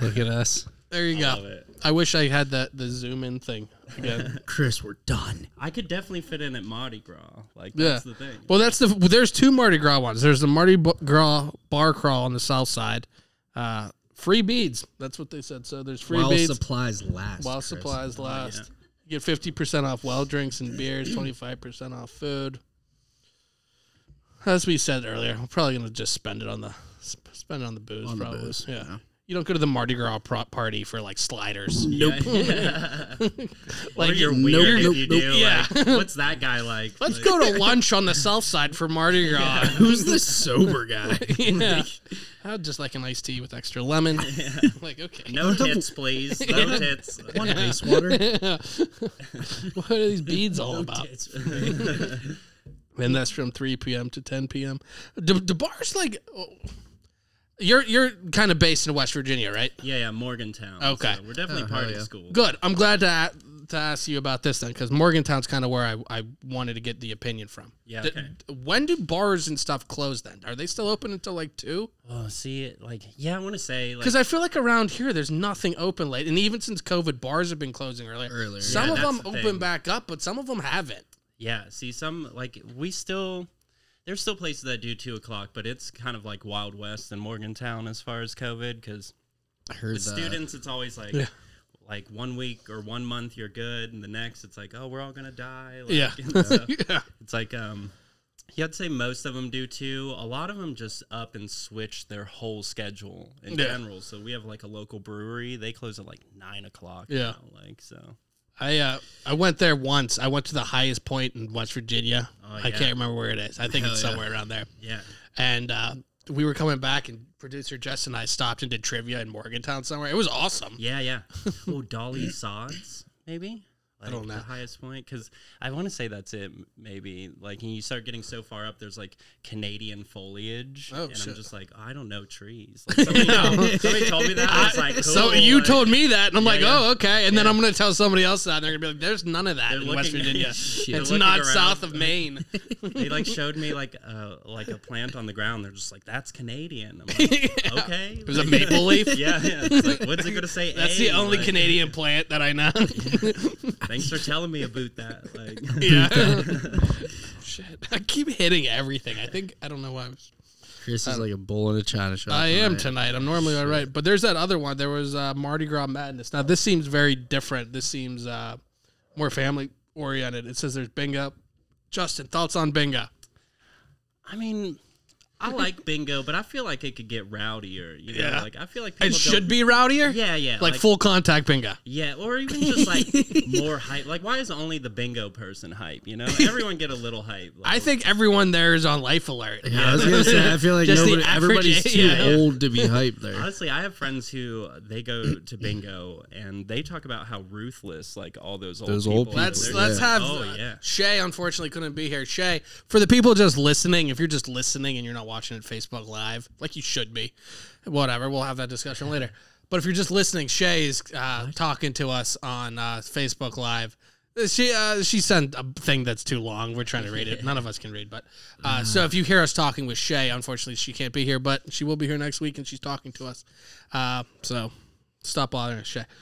Speaker 1: Look at us.
Speaker 2: there you
Speaker 3: Love
Speaker 2: go.
Speaker 3: it.
Speaker 2: I wish I had that the zoom in thing again.
Speaker 1: Chris, we're done.
Speaker 3: I could definitely fit in at Mardi Gras. Like
Speaker 2: Yeah.
Speaker 3: that's the thing.
Speaker 2: Well, that's the well, there's two Mardi Gras ones. There's the Mardi B- Gras bar crawl on the south side. Uh, free beads. That's what they said. So there's free
Speaker 1: While
Speaker 2: beads
Speaker 1: supplies last.
Speaker 2: while
Speaker 1: Chris.
Speaker 2: supplies last. You get fifty percent off well drinks and beers, twenty five percent off food. As we said earlier, we're probably gonna just spend it on the sp- spend it on the booze.
Speaker 1: the
Speaker 2: probably,
Speaker 1: booze,
Speaker 2: yeah. You don't go to the Mardi Gras pro- party for like sliders.
Speaker 3: nope. like
Speaker 2: Like,
Speaker 3: you're
Speaker 2: nope,
Speaker 3: weird if
Speaker 1: nope,
Speaker 3: you
Speaker 1: nope.
Speaker 3: do.
Speaker 2: Yeah.
Speaker 3: Like, what's that guy like?
Speaker 2: Let's
Speaker 3: Like,
Speaker 2: go to lunch on the south side for Mardi Gras.
Speaker 1: Who's this sober guy?
Speaker 2: Yeah. I'd just like an iced tea with extra lemon. like, okay.
Speaker 3: No tits, please. No tits.
Speaker 1: One ice water.
Speaker 2: What are these beads all about? And that's from 3 p.m. to 10 p.m. The, the bar's like. oh, You're you're kind of based in West Virginia, right?
Speaker 3: Yeah, yeah, Morgantown.
Speaker 2: Okay.
Speaker 3: So we're definitely
Speaker 1: Oh, hell
Speaker 3: party
Speaker 1: yeah.
Speaker 3: school.
Speaker 2: Good. I'm glad to, a- to ask you about this then, because Morgantown's kind of where I, I wanted to get the opinion from.
Speaker 3: Yeah,
Speaker 2: D-
Speaker 3: okay.
Speaker 2: d- when do bars and stuff close then? Are they still open until like 2?
Speaker 3: Oh, see, it like, yeah, I want to say, like,
Speaker 2: Because I feel like around here, there's nothing open late. And even since COVID, bars have been closing earlier.
Speaker 1: Earlier,
Speaker 2: Some
Speaker 3: yeah.
Speaker 2: of
Speaker 3: Yeah, that's
Speaker 2: them
Speaker 3: the
Speaker 2: open
Speaker 3: thing.
Speaker 2: back up, but some of them haven't.
Speaker 3: yeah, see, some like we still. There's still places that do two o'clock, but it's kind of like Wild West in Morgantown as far as COVID. Because
Speaker 1: I heard
Speaker 3: with students, it's always like, like one week or one month you're good, and the next it's like, oh, we're all gonna die. Like,
Speaker 2: Yeah.
Speaker 3: and stuff.
Speaker 2: Yeah.
Speaker 3: It's like um, yeah, I'd say most of them do too. A lot of them just up and switch their whole schedule in
Speaker 2: Yeah.
Speaker 3: general. So we have like a local brewery; they close at like nine o'clock.
Speaker 2: Yeah.
Speaker 3: now, like so.
Speaker 2: I uh, I went there once. I went to the highest point in West Virginia.
Speaker 3: Oh,
Speaker 2: I
Speaker 3: yeah.
Speaker 2: can't remember where it is. I think it's
Speaker 1: yeah.
Speaker 2: somewhere around there.
Speaker 3: Yeah,
Speaker 2: And uh, we were coming back, and producer Jess and I stopped and did trivia in Morgantown somewhere. It was awesome.
Speaker 3: yeah, yeah. oh, Dolly Sods, maybe. Like,
Speaker 2: don't know.
Speaker 3: the highest point because I want to say that's it. m- Maybe like and you start getting so far up, there's like Canadian foliage,
Speaker 2: Oh,
Speaker 3: and I'm
Speaker 2: shit.
Speaker 3: just like, I don't know trees. Like, somebody, somebody told me that. I was like, cool,
Speaker 2: So you
Speaker 3: like,
Speaker 2: told me that, and I'm like,
Speaker 3: yeah.
Speaker 2: oh, okay. And then I'm gonna tell somebody else that, and they're gonna be like, there's none of that
Speaker 3: They're
Speaker 2: in West
Speaker 3: looking-
Speaker 2: Virginia.
Speaker 3: Shit.
Speaker 2: it's
Speaker 3: They're looking
Speaker 2: not
Speaker 3: around.
Speaker 2: south of Maine.
Speaker 3: They like showed me like a like a plant on the ground. They're just like, that's Canadian. I'm like, okay,
Speaker 2: It was a maple leaf.
Speaker 3: yeah, yeah. It's like, what's it gonna say?
Speaker 2: That's
Speaker 3: "A"?
Speaker 2: the only
Speaker 3: Like,
Speaker 2: Canadian plant that I know.
Speaker 3: Thanks for telling me about that. Like,
Speaker 2: yeah. Shit. I keep hitting everything. I think I don't know why. I, was,
Speaker 1: Chris is like a bull in a china shop.
Speaker 2: I am
Speaker 1: tonight.
Speaker 2: tonight. I'm normally all right, but there's that other one. There was uh, Mardi Gras Madness. Now this seems very different. This seems uh, more family oriented. It says there's bingo. Justin, thoughts on bingo?
Speaker 3: I mean, I like bingo, but I feel like it could get rowdier. You know,
Speaker 2: Yeah.
Speaker 3: like I feel like people
Speaker 2: It should
Speaker 3: don't-
Speaker 2: be rowdier.
Speaker 3: Yeah, yeah,
Speaker 2: Like, full contact bingo.
Speaker 3: Yeah, or even just like more hype. Like, why is only the bingo person hype? You know, everyone get a little hype. Like,
Speaker 2: I think everyone there is on life alert.
Speaker 1: Yeah, I was gonna say I feel like
Speaker 2: Just the
Speaker 1: nobody,
Speaker 2: average-
Speaker 1: everybody's too
Speaker 2: yeah, yeah.
Speaker 1: old to be hyped there.
Speaker 3: honestly, I have friends who uh, they go to bingo and they talk about how ruthless like all those old
Speaker 1: Those
Speaker 3: people.
Speaker 1: old
Speaker 3: are.
Speaker 1: people,
Speaker 2: Let's
Speaker 3: They're
Speaker 2: let's
Speaker 3: just-
Speaker 2: have
Speaker 3: Oh
Speaker 2: uh,
Speaker 3: yeah.
Speaker 2: Shay. Unfortunately, couldn't be here. Shay, for the people just listening, if you're just listening and you're not watching it Facebook Live, like you should be, whatever. We'll have that discussion later. But if you're just listening, Shay is uh, talking to us on uh, Facebook Live. Uh, She uh, she sent a thing that's too long. We're trying to read it. None of us can read, but uh, so if you hear us talking with Shay, unfortunately she can't be here, but she will be here next week and she's talking to us. Uh, so stop bothering us, Shay.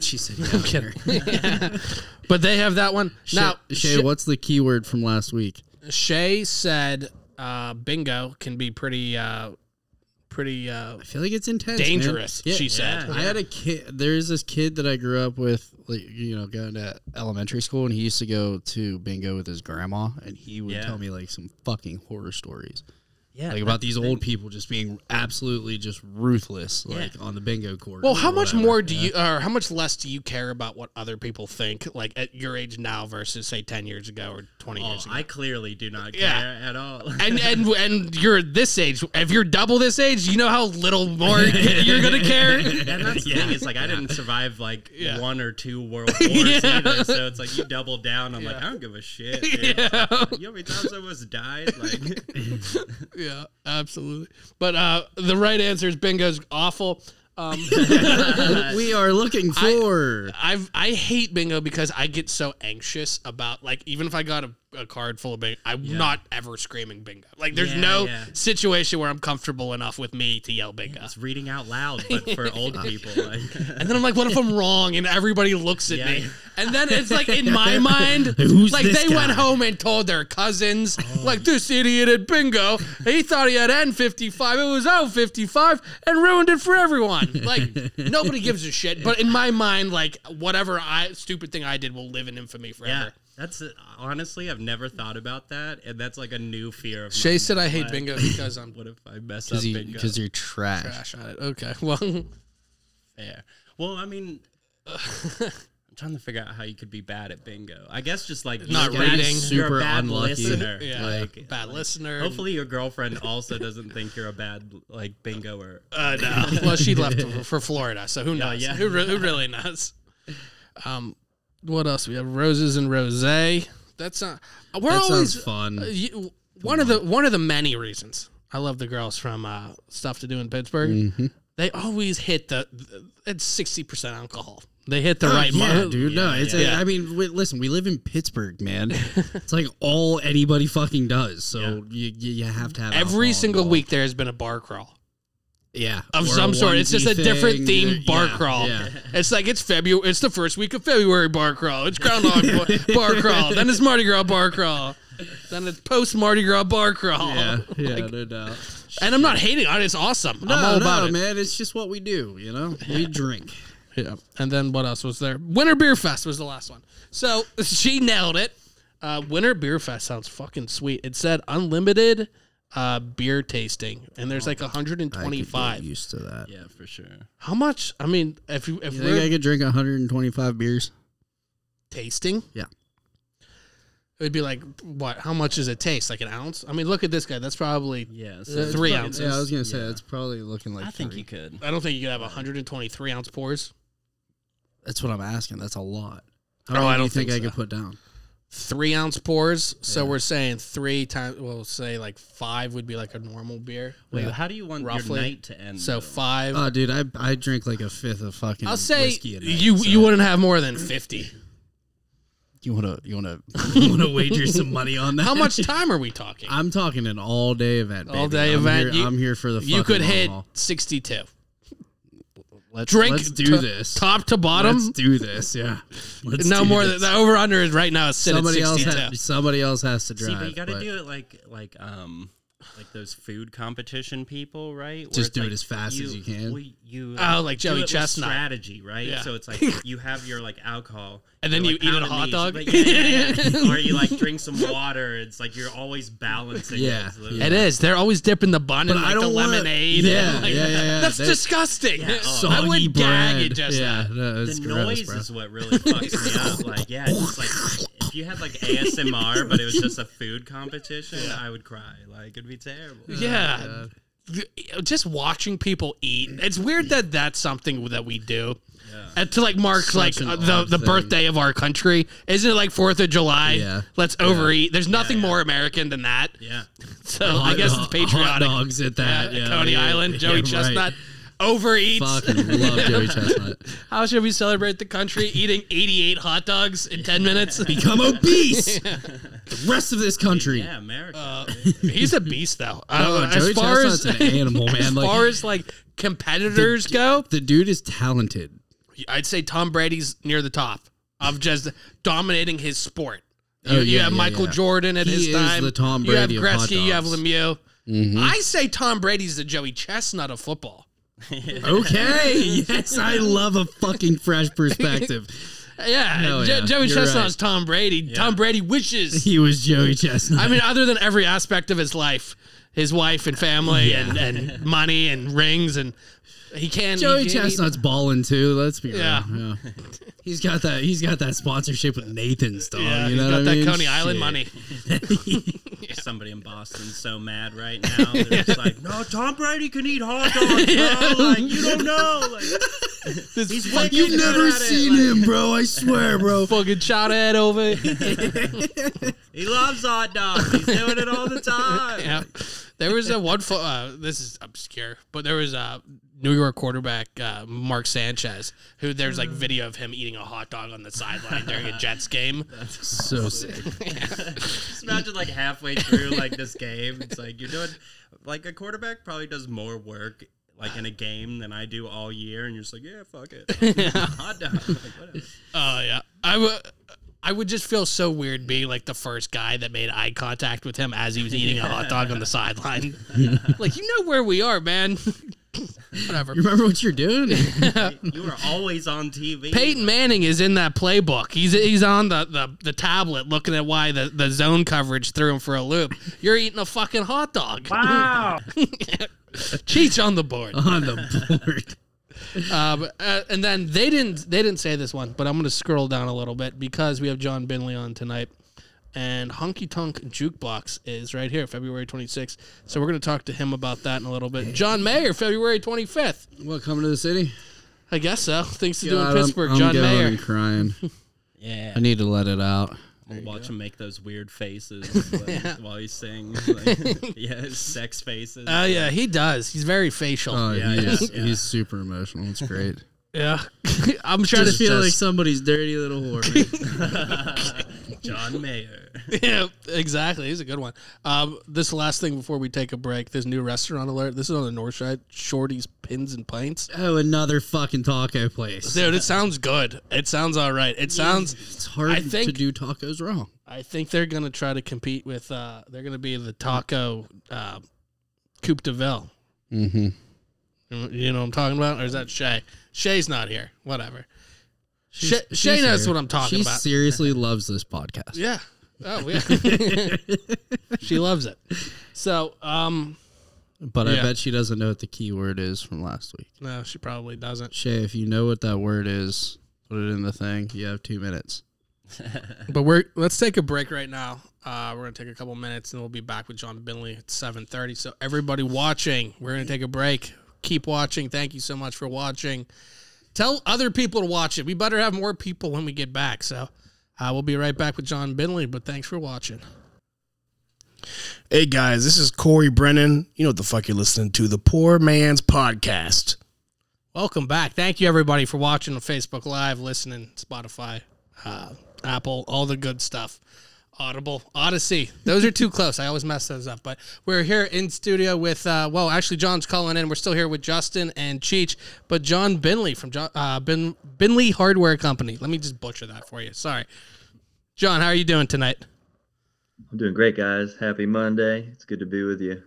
Speaker 1: She said, "Yeah, kidding."
Speaker 2: But they have that one
Speaker 1: Now,
Speaker 2: now.
Speaker 1: Shay, what's the keyword from last week?
Speaker 2: Shay said uh, bingo can be pretty uh, pretty uh,
Speaker 1: I feel like it's intense, man.
Speaker 2: dangerous.
Speaker 1: Yeah.
Speaker 2: She said.
Speaker 1: I had a kid. There's this kid that I grew up with, like you know, going to elementary school, and he used to go to bingo with his grandma, and he would
Speaker 3: Yeah.
Speaker 1: tell me like some fucking horror stories,
Speaker 3: Yeah.
Speaker 1: like about these old people just being absolutely just ruthless, like on the bingo court.
Speaker 2: Well,
Speaker 1: or
Speaker 2: how much
Speaker 1: whatever.
Speaker 2: more do you, or how much less do you care about what other people think, like at your age now versus say ten years ago or twenty
Speaker 3: Oh,
Speaker 2: years ago?
Speaker 3: I clearly do not care
Speaker 2: Yeah.
Speaker 3: at all.
Speaker 2: and and and you're this age. If you're double this age, you know how little more you're gonna care.
Speaker 3: and that's the thing is like I didn't survive like
Speaker 2: Yeah.
Speaker 3: one or two world wars either, so it's like you double down. I'm like I don't give a shit. Dude. You know how many times I was died? Like
Speaker 2: Yeah, absolutely. But uh, the right answer is bingo's awful. Um,
Speaker 1: we are looking for?
Speaker 2: I've I hate bingo because I get so anxious about like even if I got a, a card full of bingo, I'm not ever screaming bingo. Like there's
Speaker 3: Yeah,
Speaker 2: no
Speaker 3: yeah.
Speaker 2: situation where I'm comfortable enough with me to yell bingo.
Speaker 3: it's reading out loud, but for old people. Like,
Speaker 2: And then I'm like, what if I'm wrong? And everybody looks at
Speaker 3: Yeah,
Speaker 2: me.
Speaker 3: yeah.
Speaker 2: And then it's like in my mind,
Speaker 1: Who's
Speaker 2: like
Speaker 1: this
Speaker 2: they went
Speaker 1: guy?
Speaker 2: home and told their cousins,
Speaker 3: Oh.
Speaker 2: like this idiot at bingo, he thought he had N55, it was O55, and ruined it for everyone. Like nobody gives a shit. But in my mind, like whatever I stupid thing I did will live in infamy
Speaker 3: yeah,
Speaker 2: forever.
Speaker 3: that's honestly I've never thought about that, and that's like a new fear of
Speaker 2: Shay
Speaker 3: mine.
Speaker 2: said I hate
Speaker 3: Like,
Speaker 2: bingo because I'm
Speaker 3: What if I mess up
Speaker 1: Because you,
Speaker 3: bingo?
Speaker 1: are trash.
Speaker 2: trash at it. Okay, well.
Speaker 3: Fair. Well, I mean, I'm trying to figure out how you could be bad at bingo. I guess just like
Speaker 2: Not
Speaker 3: you're a bad-
Speaker 2: reading.
Speaker 3: you're
Speaker 1: Super
Speaker 3: a bad
Speaker 1: unlucky.
Speaker 3: listener.
Speaker 2: Yeah,
Speaker 3: Like,
Speaker 2: bad listener.
Speaker 3: hopefully your girlfriend also doesn't think you're a bad like bingo or
Speaker 2: Uh, no. well, she left for, for Florida, so who knows?
Speaker 3: yeah.
Speaker 2: Who, re- who really knows? Um, what else? We have roses and rosé. That's not. We're
Speaker 1: That
Speaker 2: always
Speaker 1: sounds fun.
Speaker 2: uh, you- one of the one of the many reasons I love the girls from uh, stuff to do in Pittsburgh.
Speaker 1: Mm-hmm.
Speaker 2: They always hit the. It's sixty percent alcohol. They hit the right
Speaker 1: Oh, yeah,
Speaker 2: mark.
Speaker 1: dude. No, it's.
Speaker 2: yeah.
Speaker 1: I mean, we, listen, we live in Pittsburgh, man. it's like all anybody fucking does. So you, you you have to have
Speaker 2: Every
Speaker 1: alcohol
Speaker 2: single
Speaker 1: involved.
Speaker 2: week there has been a bar crawl.
Speaker 1: yeah,
Speaker 2: of
Speaker 1: Or
Speaker 2: some
Speaker 1: a
Speaker 2: sort. It's just a
Speaker 1: onesie
Speaker 2: different
Speaker 1: thing.
Speaker 2: themed bar
Speaker 1: Yeah,
Speaker 2: crawl.
Speaker 1: Yeah.
Speaker 2: It's like it's February. It's the first week of February bar crawl. It's Groundhog Boy bar crawl. Then it's Mardi Gras bar crawl. Then it's post Mardi Gras bar crawl.
Speaker 1: Yeah, yeah, no doubt.
Speaker 2: And I'm not hating on it. It's awesome.
Speaker 1: No,
Speaker 2: I'm all about
Speaker 1: no,
Speaker 2: it.
Speaker 1: man. It's just what we do, you know. We drink.
Speaker 2: Yeah. And then what else was there? Winter Beer Fest was the last one. So she nailed it. Uh, Winter Beer Fest sounds fucking sweet. It said unlimited uh, beer tasting, and
Speaker 1: Oh,
Speaker 2: there's like 125.
Speaker 1: used to that.
Speaker 3: yeah for sure.
Speaker 2: How much? I mean, if you if
Speaker 1: You
Speaker 2: we're
Speaker 1: think I could drink 125 beers?
Speaker 2: tasting,
Speaker 1: Yeah,
Speaker 2: It would be like, what? How much does it taste? Like an ounce? I mean, look at this guy. That's probably.
Speaker 3: Yeah,
Speaker 2: Uh,
Speaker 3: so
Speaker 2: three
Speaker 1: Yeah,
Speaker 2: ounces.
Speaker 1: Yeah, I was gonna say it's probably looking like.
Speaker 3: I think
Speaker 1: three.
Speaker 3: you could.
Speaker 2: I don't think you could have 123 ounce pours.
Speaker 1: That's what I'm asking. That's a lot. How many do
Speaker 2: I
Speaker 1: you
Speaker 2: don't think
Speaker 1: I
Speaker 2: so.
Speaker 1: could put down?
Speaker 2: Three ounce pours. So we're saying three times. We'll say like five would be like a normal beer.
Speaker 3: Wait, how do you want
Speaker 2: Roughly.
Speaker 3: your night to end?
Speaker 2: So
Speaker 3: though?
Speaker 2: five.
Speaker 1: Oh, dude, I I drink like a fifth of fucking.
Speaker 2: I'll say
Speaker 1: whiskey a night,
Speaker 2: you
Speaker 1: so-
Speaker 2: you wouldn't have more than fifty.
Speaker 1: You wanna you wanna you wanna wager some money on that?
Speaker 2: How much time are we talking?
Speaker 1: I'm talking an all day event. Baby.
Speaker 2: All day
Speaker 1: I'm
Speaker 2: event.
Speaker 1: Here,
Speaker 2: You-
Speaker 1: I'm here for the.
Speaker 2: You
Speaker 1: fucking
Speaker 2: could
Speaker 1: long
Speaker 2: hit
Speaker 1: haul.
Speaker 2: sixty-two.
Speaker 1: Let's,
Speaker 2: Drink.
Speaker 1: Let's do
Speaker 2: to-
Speaker 1: this.
Speaker 2: top to bottom.
Speaker 1: Let's do this. Yeah. Let's
Speaker 2: no
Speaker 1: do
Speaker 2: more
Speaker 1: this.
Speaker 2: than the over under is right now. It's sitting
Speaker 1: somebody
Speaker 2: at
Speaker 1: else.
Speaker 2: sixty-two.
Speaker 1: Ha- somebody else has to
Speaker 3: See,
Speaker 1: drive.
Speaker 3: but you got to
Speaker 1: but
Speaker 3: do it like like um like those food competition people, right? Where
Speaker 1: Just
Speaker 3: it's
Speaker 1: do it
Speaker 3: like
Speaker 1: as fast as you can.
Speaker 3: well, you
Speaker 2: Oh, like
Speaker 3: do
Speaker 2: Joey
Speaker 3: it with
Speaker 2: Chestnut.
Speaker 3: strategy, right?
Speaker 2: Yeah.
Speaker 3: So it's like you have your like alcohol,
Speaker 2: And then
Speaker 3: you're,
Speaker 2: you
Speaker 3: like,
Speaker 2: eat a
Speaker 3: pounding
Speaker 2: hot dog.
Speaker 3: these, but yeah, yeah, yeah. or you like drink some water. It's like you're always balancing.
Speaker 1: Yeah,
Speaker 3: it.
Speaker 1: yeah.
Speaker 2: It is. They're always dipping the bun in
Speaker 1: But I
Speaker 2: like the
Speaker 1: don't wanna-
Speaker 2: lemonade.
Speaker 1: Yeah,
Speaker 2: and, like,
Speaker 1: yeah, yeah, yeah.
Speaker 2: That's
Speaker 1: They-
Speaker 2: disgusting.
Speaker 3: oh.
Speaker 2: I would
Speaker 1: Soggy
Speaker 2: gag
Speaker 1: bread.
Speaker 2: at just
Speaker 1: yeah,
Speaker 2: that.
Speaker 1: No, it's
Speaker 3: The
Speaker 1: gross,
Speaker 3: noise
Speaker 1: bro.
Speaker 3: is what really fucks me up. Like, yeah, just like if you had like ASMR, but it was just a food competition, I would cry. Like, it'd be terrible.
Speaker 2: Yeah. Just watching people eat. It's weird that that's something that we do. And to like mark like
Speaker 1: an
Speaker 2: uh, the
Speaker 1: odd
Speaker 2: the
Speaker 1: thing.
Speaker 2: birthday of our country, isn't it like Fourth of July?
Speaker 1: Yeah.
Speaker 2: Let's overeat. There's nothing more American than that.
Speaker 3: Yeah.
Speaker 2: So I guess
Speaker 1: Hot dog-
Speaker 2: it's patriotic.
Speaker 1: Hot dogs at
Speaker 2: Yeah,
Speaker 1: that. Yeah,
Speaker 2: Coney
Speaker 1: yeah,
Speaker 2: Island,
Speaker 1: yeah,
Speaker 2: Joey
Speaker 1: right.
Speaker 2: Chestnut, overeats.
Speaker 1: Fucking love Joey Chestnut.
Speaker 2: How should we celebrate the country eating 88 hot dogs in 10 minutes?
Speaker 1: Become obese. The rest of this country.
Speaker 3: Yeah, America.
Speaker 1: Uh,
Speaker 2: He's a beast, though.
Speaker 1: Oh,
Speaker 2: Uh,
Speaker 1: Joey
Speaker 2: as far
Speaker 1: Chestnut's
Speaker 2: as
Speaker 1: an animal, man.
Speaker 2: as
Speaker 1: like,
Speaker 2: far as like competitors go,
Speaker 1: the dude is talented.
Speaker 2: I'd say Tom Brady's near the top of just dominating his sport.
Speaker 1: Oh,
Speaker 2: You, you
Speaker 1: yeah,
Speaker 2: have
Speaker 1: yeah,
Speaker 2: Michael
Speaker 1: yeah.
Speaker 2: Jordan at
Speaker 1: He
Speaker 2: his
Speaker 1: is
Speaker 2: time.
Speaker 1: the Tom Brady
Speaker 2: You
Speaker 1: of
Speaker 2: have
Speaker 1: hot
Speaker 2: Gretzky. You have
Speaker 1: dogs. Mm-hmm.
Speaker 2: Lemieux. I say Tom Brady's the Joey Chestnut of football.
Speaker 1: Okay. yes, I love a fucking fresh perspective.
Speaker 2: Yeah,
Speaker 1: Hell
Speaker 2: Jo-
Speaker 1: Oh, yeah,
Speaker 2: Joey
Speaker 1: you're
Speaker 2: Chestnut
Speaker 1: right.
Speaker 2: is Tom Brady. Tom Brady wishes
Speaker 1: He was Joey Chestnut.
Speaker 2: I mean, other than every aspect of his life, his wife and family and, and money and rings and he can.
Speaker 1: Joey
Speaker 2: he can-
Speaker 1: Chestnut's balling too. Let's be
Speaker 2: Yeah.
Speaker 1: real. Yeah. He's got that. He's got that sponsorship with Nathan's dog.
Speaker 2: Yeah,
Speaker 1: Oh, you
Speaker 2: he's
Speaker 1: know
Speaker 2: got
Speaker 1: what I
Speaker 2: that
Speaker 1: mean?
Speaker 2: Coney Island
Speaker 1: Shit.
Speaker 2: money.
Speaker 3: Somebody in Boston's so mad right now. They're just like, no, Tom Brady can eat hot dogs, bro. Like, you don't know. Like, he's wicked
Speaker 1: You've
Speaker 3: good
Speaker 1: never
Speaker 3: at it.
Speaker 1: seen
Speaker 3: Like,
Speaker 1: him, bro. I swear, bro.
Speaker 2: Fucking shot at over.
Speaker 3: He loves hot dogs. He's doing it all the time.
Speaker 2: yeah. There was a one. Fo- uh, this is obscure, but there was a New York quarterback, uh, Mark Sanchez, who there's
Speaker 1: Mm.
Speaker 2: like video of him eating a hot dog on the sideline during a Jets game.
Speaker 1: so sick.
Speaker 3: Just imagine like halfway through like this game, it's like you're doing like a quarterback probably does more work like in a game than I do all year, and you're just like, yeah, fuck it, hot dog. Like, whatever.
Speaker 2: Oh yeah, I would. I would just feel so weird being like the first guy that made eye contact with him as he was eating a hot dog on the sideline. like you know where we are, man. Whatever.
Speaker 1: You remember what you're doing?
Speaker 3: You are always on TV.
Speaker 2: Peyton Manning is in that playbook. He's he's on the, the, the tablet looking at why the, the zone coverage threw him for a loop. You're eating a fucking hot dog.
Speaker 3: Wow.
Speaker 2: Cheats on the board.
Speaker 1: On the board.
Speaker 2: Um, uh, and then they didn't they didn't say this one, but I'm going to scroll down a little bit because we have John Binley on tonight, and Honky Tonk Jukebox is right here, February 26th. So we're going to talk to him about that in a little bit. John Mayer, February 25th.
Speaker 1: What coming to the city?
Speaker 2: I guess so. Things to do
Speaker 1: God,
Speaker 2: in
Speaker 1: I'm-
Speaker 2: Pittsburgh.
Speaker 1: I'm
Speaker 2: John
Speaker 1: going
Speaker 2: Mayer.
Speaker 1: and crying.
Speaker 3: Yeah.
Speaker 1: I need to let it out.
Speaker 3: We'll watch him make those weird faces when- while he sings. Like, yeah, his sex faces.
Speaker 2: Oh yeah, he does. He's very facial.
Speaker 1: Oh,
Speaker 3: Yeah,
Speaker 1: he
Speaker 3: yeah,
Speaker 1: is,
Speaker 3: yeah.
Speaker 1: he's super emotional. It's great.
Speaker 2: yeah, I'm trying
Speaker 1: Just
Speaker 2: to
Speaker 1: feel
Speaker 2: feel
Speaker 1: like somebody's dirty little whore.
Speaker 3: John Mayer.
Speaker 2: yeah, exactly. He's a good one. Um, this last thing before we take a break. This new restaurant alert. This is on the north side. Shorty's Pins and Pints.
Speaker 1: oh, another fucking taco place.
Speaker 2: Dude, it sounds good. It sounds all right. It sounds.
Speaker 1: It's hard
Speaker 2: I think-
Speaker 1: to do tacos wrong.
Speaker 2: I think they're gonna try to compete with. Uh, they're gonna be the taco uh, Coupe de Ville.
Speaker 1: Mm-hmm.
Speaker 2: You you know what I'm talking about, or is that Shay? Shay's not here. Whatever. Shay,
Speaker 1: She's-
Speaker 2: Shay
Speaker 1: she's
Speaker 2: knows
Speaker 1: here.
Speaker 2: what I'm talking
Speaker 1: She
Speaker 2: about.
Speaker 1: seriously loves this podcast.
Speaker 2: Yeah. Oh yeah. she loves it. So um,
Speaker 1: But
Speaker 2: Yeah.
Speaker 1: I bet she doesn't know what the key word is from last week.
Speaker 2: no, she probably doesn't.
Speaker 1: Shay, if you know what that word is, put it in the thing. You have two minutes.
Speaker 2: But we're let's take a break right now. Uh, we're gonna take a couple minutes and we'll be back with John Binley at seven thirty. So everybody watching, we're gonna take a break. Keep watching. Thank you so much for watching. Tell other people to watch it. We better have more people when we get back. So uh, we'll be right back with John Binley, but thanks for watching.
Speaker 5: Hey guys, this is Corey Brennan. You know what the fuck you're listening to? The Poor Man's Podcast.
Speaker 2: Welcome back. Thank you, everybody, for watching on Facebook Live, listening, Spotify, uh, Apple, all the good stuff. Audible, Odyssey. Those are too close. I always mess those up. But we're here in studio with, uh, well, actually, John's calling in. We're still here with Justin and Cheech, but John Binley from John, uh, Bin, Binley Hardware Company. Let me just butcher that for you. Sorry. John, how are you doing tonight?
Speaker 6: I'm doing great, guys. Happy Monday. It's good to be with you.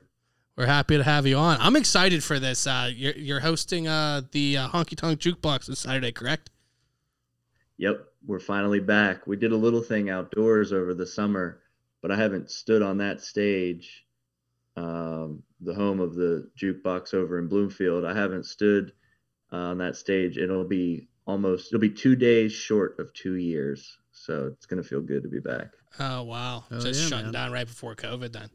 Speaker 2: We're happy to have you on. I'm excited for this. Uh, you're, you're hosting uh, the uh, Honky Tonk Jukebox this Saturday, correct?
Speaker 6: Yep, we're finally back. We did a little thing outdoors over the summer, but I haven't stood on that stage, um, the home of the jukebox over in Bloomfield. I haven't stood uh, on that stage. It'll be almost, it'll be two days short of two years. So it's going to feel good to be back.
Speaker 2: Oh, wow.
Speaker 1: Oh,
Speaker 2: Just
Speaker 1: yeah,
Speaker 2: shutting
Speaker 1: man.
Speaker 2: down right before COVID then.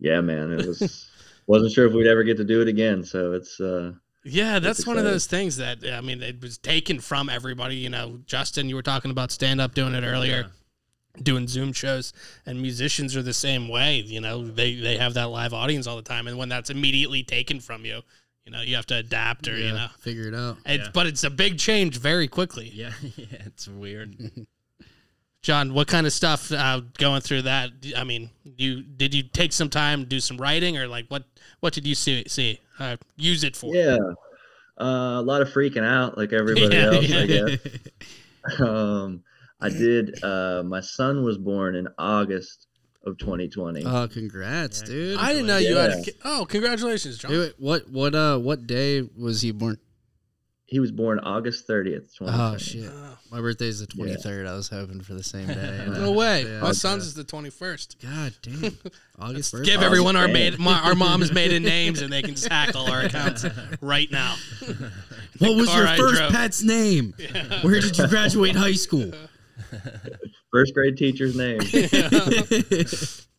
Speaker 6: Yeah, man, it was, wasn't sure if we'd ever get to do it again. So it's, uh,
Speaker 2: Yeah, that's, one of
Speaker 6: exciting.
Speaker 2: those things that I mean, it was taken from everybody. You know, Justin, you were talking about stand up doing it earlier, doing Zoom shows, and musicians are the same way. You know, they they have that live audience all the time, and when that's immediately taken from you, you know, you have to adapt or you know,
Speaker 1: figure it out.
Speaker 2: it's,
Speaker 3: Yeah.
Speaker 2: but it's a big change very quickly.
Speaker 3: Yeah, yeah, it's weird.
Speaker 2: John, what kind of stuff uh, going through that? d- I mean, you did you take some time to do some writing or like what what did you see see uh, use it for?
Speaker 6: yeah, uh, a lot of freaking out like everybody
Speaker 2: Yeah,
Speaker 6: else,
Speaker 2: yeah.
Speaker 6: I guess. um, I did. Uh, my son was born in August of 2020.
Speaker 2: Uh,
Speaker 1: Oh, congrats, dude.
Speaker 2: I didn't know you had. A,
Speaker 6: Yeah.
Speaker 2: ki- oh, congratulations, John.
Speaker 1: Wait, wait, what what uh what day was he born?
Speaker 6: he was born August 30th, 2020.
Speaker 1: Oh shit.
Speaker 2: Oh.
Speaker 1: My birthday's the twenty third. I was hoping for the same day.
Speaker 2: No way.
Speaker 1: Yeah.
Speaker 2: My son's is the 21st.
Speaker 1: God damn. August birthday.
Speaker 2: Give everyone our
Speaker 6: damn.
Speaker 2: maid, my, our mom's maiden names, and they can sack all our accounts right now.
Speaker 1: What was
Speaker 2: car
Speaker 1: your
Speaker 2: I
Speaker 1: first
Speaker 2: drove.
Speaker 1: pet's name? Where did you graduate high school?
Speaker 6: First grade teacher's name.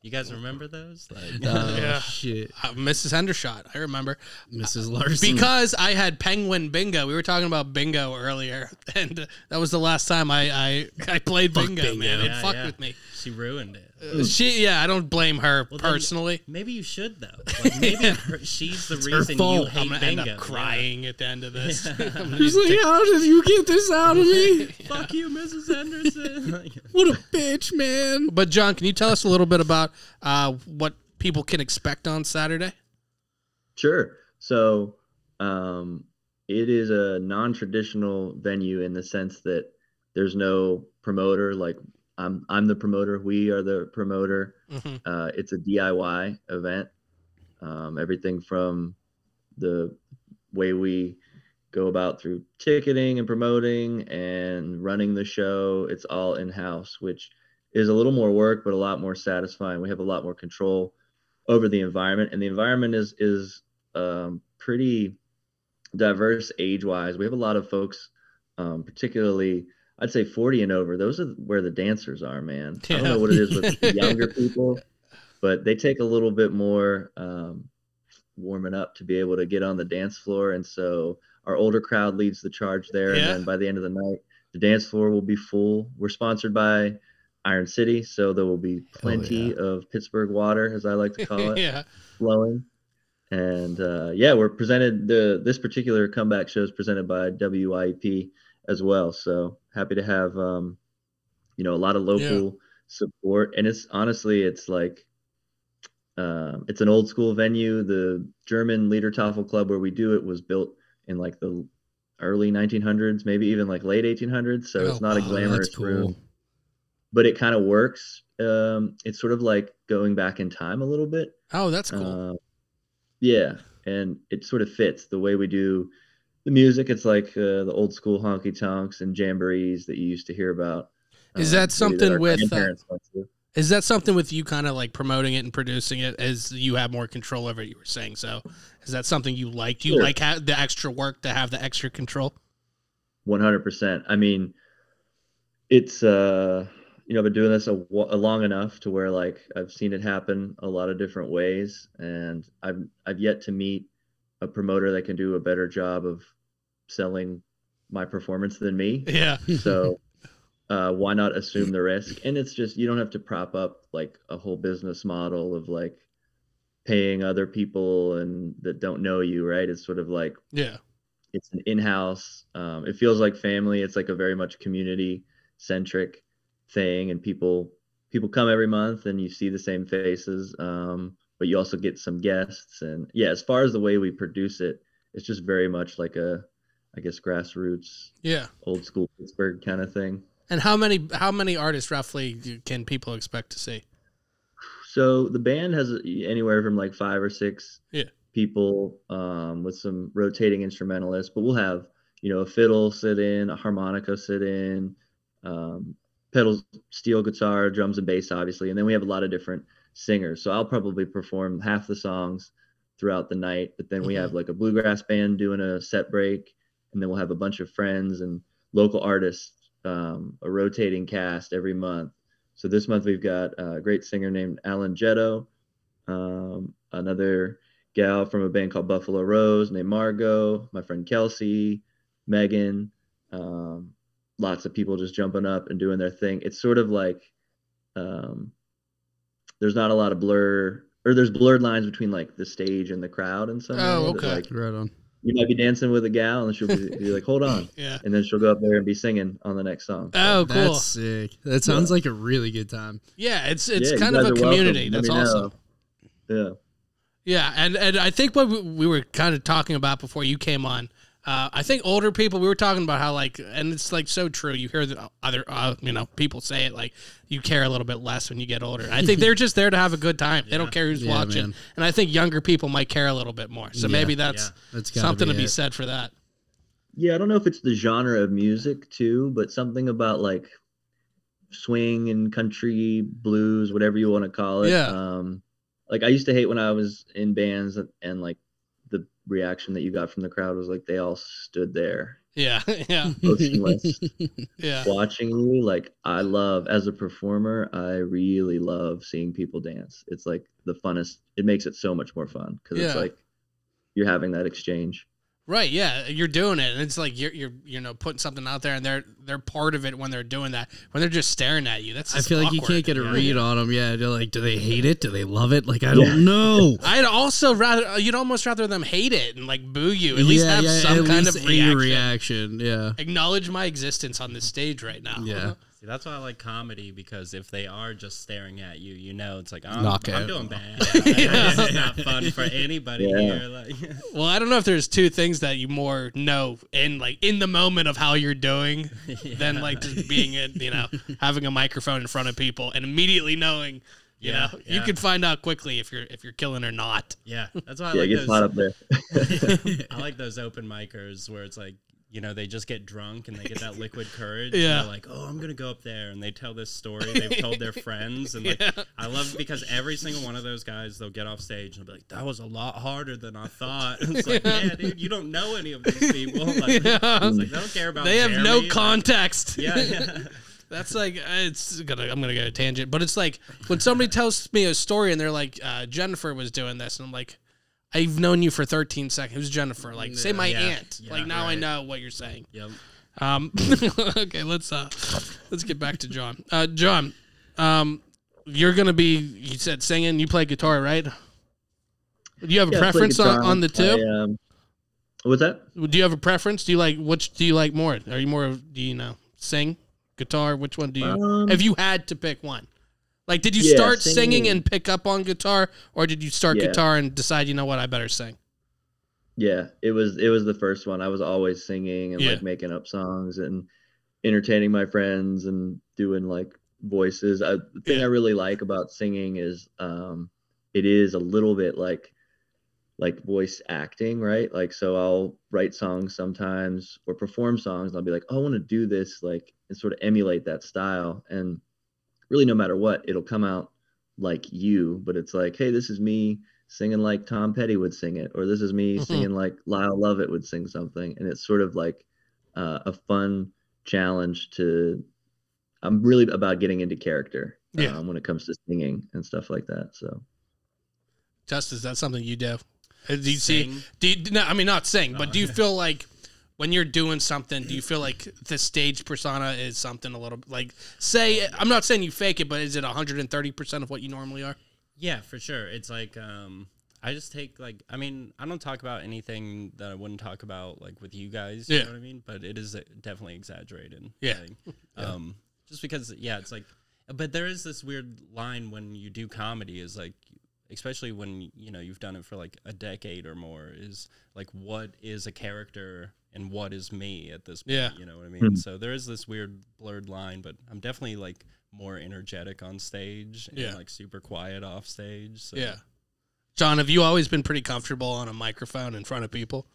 Speaker 3: You guys remember those? Like,
Speaker 1: Oh
Speaker 2: Yeah.
Speaker 1: shit.
Speaker 2: Uh, Mrs. Hendershot, I remember
Speaker 1: Mrs. Larson.
Speaker 2: because I had Penguin Bingo. We were talking about Bingo earlier, and uh, that was the last time I I, I played bingo, Man, it
Speaker 3: Yeah,
Speaker 2: fucked
Speaker 3: yeah.
Speaker 2: with me.
Speaker 3: She ruined it.
Speaker 2: She, yeah, I don't blame her
Speaker 3: Well, then-
Speaker 2: personally.
Speaker 3: Maybe you should though. Like, maybe her, she's the
Speaker 1: her
Speaker 3: reason you
Speaker 1: fault.
Speaker 3: hate
Speaker 2: I'm gonna
Speaker 3: bingo.
Speaker 2: end up crying at the end of this. I'm gonna
Speaker 1: He's like, how did you get this out of me?
Speaker 3: Yeah. Fuck you, Mrs. Henderson.
Speaker 1: What a bitch, man.
Speaker 2: But John, can you tell us a little bit about uh, what people can expect on Saturday?
Speaker 6: Sure. So um, it is a non-traditional venue in the sense that there's no promoter. Like I'm, I'm the promoter. We are the promoter.
Speaker 2: Mhm.
Speaker 6: Uh, it's a DIY event. Um, everything from the way we go about through ticketing and promoting and running the show, it's all in-house, which is a little more work, but a lot more satisfying. We have a lot more control over the environment, and the environment is is um, pretty diverse age-wise. We have a lot of folks, um, particularly. I'd say 40 and over. Those are where the dancers are, man. I don't
Speaker 2: Yeah.
Speaker 6: know what it is with the younger people, but they take a little bit more um, warming up to be able to get on the dance floor. And so our older crowd leads the charge there.
Speaker 2: Yeah.
Speaker 6: And then by the end of the night, the dance floor will be full. We're sponsored by Iron City, so there will be plenty of Pittsburgh water, as I like to call it,
Speaker 2: yeah.
Speaker 6: flowing. And uh, yeah, we're presented the this particular comeback show is presented by WIP as well. So happy to have um, you know a lot of local support. And it's honestly, it's like um, it's an old school venue. The German Liedertafel Club where we do it was built in like the early 1900s, maybe even like late 1800s. So
Speaker 2: Oh,
Speaker 6: it's not a
Speaker 2: wow,
Speaker 6: glamorous room, but it kind of works. Um, it's sort of like going back in time a little bit.
Speaker 2: Oh, that's cool.
Speaker 6: Uh, yeah, and it sort of fits the way we do the music. It's like uh, the old school honky tonks and jamborees that you used to hear about. um,
Speaker 2: Is that
Speaker 6: maybe
Speaker 2: something
Speaker 6: our
Speaker 2: with, uh,
Speaker 6: grandparents went to.
Speaker 2: Is that something with you kind of like promoting it and producing it as you have more control over it? You were saying so. Is that something you like? Do you
Speaker 6: Sure.
Speaker 2: like ha- the extra work to have the extra control?
Speaker 6: One hundred percent. I mean, it's uh, you know, I've been doing this a, wa- a long enough to where like I've seen it happen a lot of different ways, and I've I've yet to meet a promoter that can do a better job of selling my performance than me.
Speaker 2: Yeah.
Speaker 6: So uh, why not assume the risk? And it's just you don't have to prop up like a whole business model of like paying other people and that don't know you, right? It's sort of like
Speaker 2: Yeah.
Speaker 6: it's an in-house. Um, it feels like family. It's like a very much community-centric thing, and people people come every month, and you see the same faces. Um, but you also get some guests, and yeah, as far as the way we produce it, it's just very much like a, I guess, grassroots,
Speaker 2: Yeah.
Speaker 6: old school Pittsburgh kind of thing.
Speaker 2: And how many how many artists roughly do, can people expect to see?
Speaker 6: So the band has anywhere from like five or six
Speaker 2: Yeah.
Speaker 6: people um, with some rotating instrumentalists, but we'll have you know a fiddle sit in, a harmonica sit in, um, pedals, steel guitar, drums and bass, obviously, and then we have a lot of different singers. So I'll probably perform half the songs throughout the night, but then we have like a bluegrass band doing a set break, and then we'll have a bunch of friends and local artists, um, a rotating cast every month. So this month we've got a great singer named Alan Jetto, um, another gal from a band called Buffalo Rose named Margot, my friend Kelsey, Megan, um, lots of people just jumping up and doing their thing. It's sort of like um, there's not a lot of blur or there's blurred lines between like the stage and the crowd and some.
Speaker 2: Oh,
Speaker 6: way that,
Speaker 2: okay.
Speaker 6: Like
Speaker 1: Right on.
Speaker 6: you might be dancing with a gal and she'll be, be like, "Hold on,"
Speaker 2: Yeah.
Speaker 6: and then she'll go up there and be singing on the next song.
Speaker 2: Oh, cool.
Speaker 1: That's sick. That sounds like a really good time.
Speaker 2: yeah, it's it's
Speaker 6: Yeah, you
Speaker 2: kind of
Speaker 6: guys
Speaker 2: a
Speaker 6: are welcome.
Speaker 2: community.
Speaker 6: Let
Speaker 2: That's
Speaker 6: me know.
Speaker 2: awesome.
Speaker 6: Yeah.
Speaker 2: Yeah, and and I think what we- we were kind of talking about before you came on, uh, I think older people we were talking about how like, and it's like so true. You hear the other, uh, you know, people say it like you care a little bit less when you get older. I think they're just there to have a good time. They don't care who's
Speaker 1: Yeah,
Speaker 2: watching,
Speaker 1: man.
Speaker 2: and I think younger people might care a little bit more. So
Speaker 1: Yeah.
Speaker 2: maybe that's
Speaker 1: That's gotta
Speaker 2: something to be
Speaker 1: it.
Speaker 2: said for that.
Speaker 6: Yeah, I don't know if it's the genre of music too, but something about like swing and country blues, whatever you want to call it.
Speaker 2: Yeah.
Speaker 6: Um, like I used to hate when I was in bands and, and like the reaction that you got from the crowd was like they all stood there
Speaker 2: Yeah, yeah,
Speaker 6: motionless
Speaker 2: yeah,
Speaker 6: watching you. Like I love as a performer, I really love seeing people dance. It's like the funnest. It makes it so much more fun because
Speaker 2: Yeah.
Speaker 6: it's like you're having that exchange.
Speaker 2: right. Yeah, you're doing it, and it's like you're you're you know putting something out there, and they're they're part of it when they're doing that. When they're just staring at you, that's
Speaker 1: I
Speaker 2: just
Speaker 1: feel like you
Speaker 2: awkward.
Speaker 1: can't get a
Speaker 2: Yeah.
Speaker 1: read on them. Yeah, they're like, do they hate it? Do they love it? Like, I don't know.
Speaker 2: I'd also rather uh, you'd almost rather them hate it and like boo you. At least have some
Speaker 1: at
Speaker 2: kind
Speaker 1: least
Speaker 2: of
Speaker 1: a
Speaker 2: reaction.
Speaker 1: reaction. Yeah,
Speaker 2: Acknowledge my existence on this stage right now.
Speaker 1: yeah.
Speaker 3: See, that's why I like comedy because if they are just staring at you, you know, it's like I'm,
Speaker 1: Knock
Speaker 3: I'm
Speaker 1: out.
Speaker 3: doing bad. This is not fun for anybody
Speaker 6: Yeah.
Speaker 3: here. Like,
Speaker 2: Well, I don't know if there's two things that you more know in like in the moment of how you're doing than like just being in, you know, having a microphone in front of people and immediately knowing, you
Speaker 3: Yeah,
Speaker 2: know, you
Speaker 3: yeah.
Speaker 2: can find out quickly if you're if you're killing or not.
Speaker 3: yeah, that's why I
Speaker 6: yeah,
Speaker 3: like
Speaker 6: it gets hot
Speaker 3: those.
Speaker 6: up there.
Speaker 3: I like those open micers where it's like you know they just get drunk and they get that liquid courage.
Speaker 2: Yeah.
Speaker 3: and they're like, oh, I'm gonna go up there, and they tell this story they've told their friends, and like I love it because every single one of those guys they'll get off stage and they'll be like, that was a lot harder than I thought. And it's like, yeah, dude, you don't know any of these people. Like, it's like, they don't care about.
Speaker 2: They have
Speaker 3: Jeremy.
Speaker 2: no
Speaker 3: Like,
Speaker 2: context.
Speaker 3: Yeah, yeah.
Speaker 2: That's like uh, it's gonna. I'm gonna go to tangent, but it's like when somebody tells me a story and they're like, uh, "Jennifer was doing this," and I'm like, "I've known you for 13 seconds." Who's Jennifer? Like, say my
Speaker 3: Yeah.
Speaker 2: aunt.
Speaker 3: Yeah,
Speaker 2: like now I
Speaker 3: right.
Speaker 2: know what you're saying.
Speaker 3: Yep.
Speaker 2: Um, okay, let's uh, let's get back to John. Uh, John, um, you're gonna be. You said singing. You play guitar, right? Do you have a
Speaker 6: Yeah, I play
Speaker 2: preference on,
Speaker 6: guitar.
Speaker 2: on the two?
Speaker 6: I, uh, um, what's that?
Speaker 2: Do you have a preference? Do you like which? Do you like more? Are you more of do you know sing, guitar? Which one do you?
Speaker 6: Um,
Speaker 2: if you had to pick one like did you
Speaker 6: Yeah,
Speaker 2: start singing.
Speaker 6: singing.
Speaker 2: and pick up on guitar or did you start
Speaker 6: Yeah.
Speaker 2: guitar and decide you know what i better sing
Speaker 6: yeah, it was it was the first one. I was always singing and
Speaker 2: Yeah.
Speaker 6: like making up songs and entertaining my friends and doing like voices. I, the thing
Speaker 2: Yeah.
Speaker 6: I really like about singing is um, it is a little bit like like voice acting, right? Like so I'll write songs sometimes or perform songs and I'll be like, oh, I want to do this like and sort of emulate that style. And really no matter what, it'll come out like you, but it's like, hey, this is me singing like Tom Petty would sing it, or this is me
Speaker 2: Mhm.
Speaker 6: singing like Lyle Lovett would sing something. And it's sort of like uh, a fun challenge to I'm really about getting into character
Speaker 2: Yeah.
Speaker 6: um, when it comes to singing and stuff like that. So
Speaker 2: justice that's something you do Uh, do you see
Speaker 3: Sing.
Speaker 2: do you, no, i mean not sing but
Speaker 3: Oh,
Speaker 2: do you
Speaker 3: yeah.
Speaker 2: feel like when you're doing something, do you feel like the stage persona is something a little like say I'm not saying you fake it, but is it 130 percent of what you normally are?
Speaker 3: Yeah, for sure. It's like um I just take like I mean, I don't talk about anything that I wouldn't talk about like with you guys, you
Speaker 2: Yeah.
Speaker 3: know what I mean? But it is uh, definitely exaggerated.
Speaker 2: Yeah.
Speaker 3: like, Um just because yeah, it's like but there is this weird line when you do comedy is like especially when you know you've done it for like a decade or more is like what is a character and what is me at this point
Speaker 2: Yeah. Hmm.
Speaker 3: you know what i mean so there is this weird blurred line but i'm definitely like more energetic on stage and
Speaker 2: Yeah.
Speaker 3: like super quiet off stage so
Speaker 2: Yeah. John, have you always been pretty comfortable on a microphone in front of people?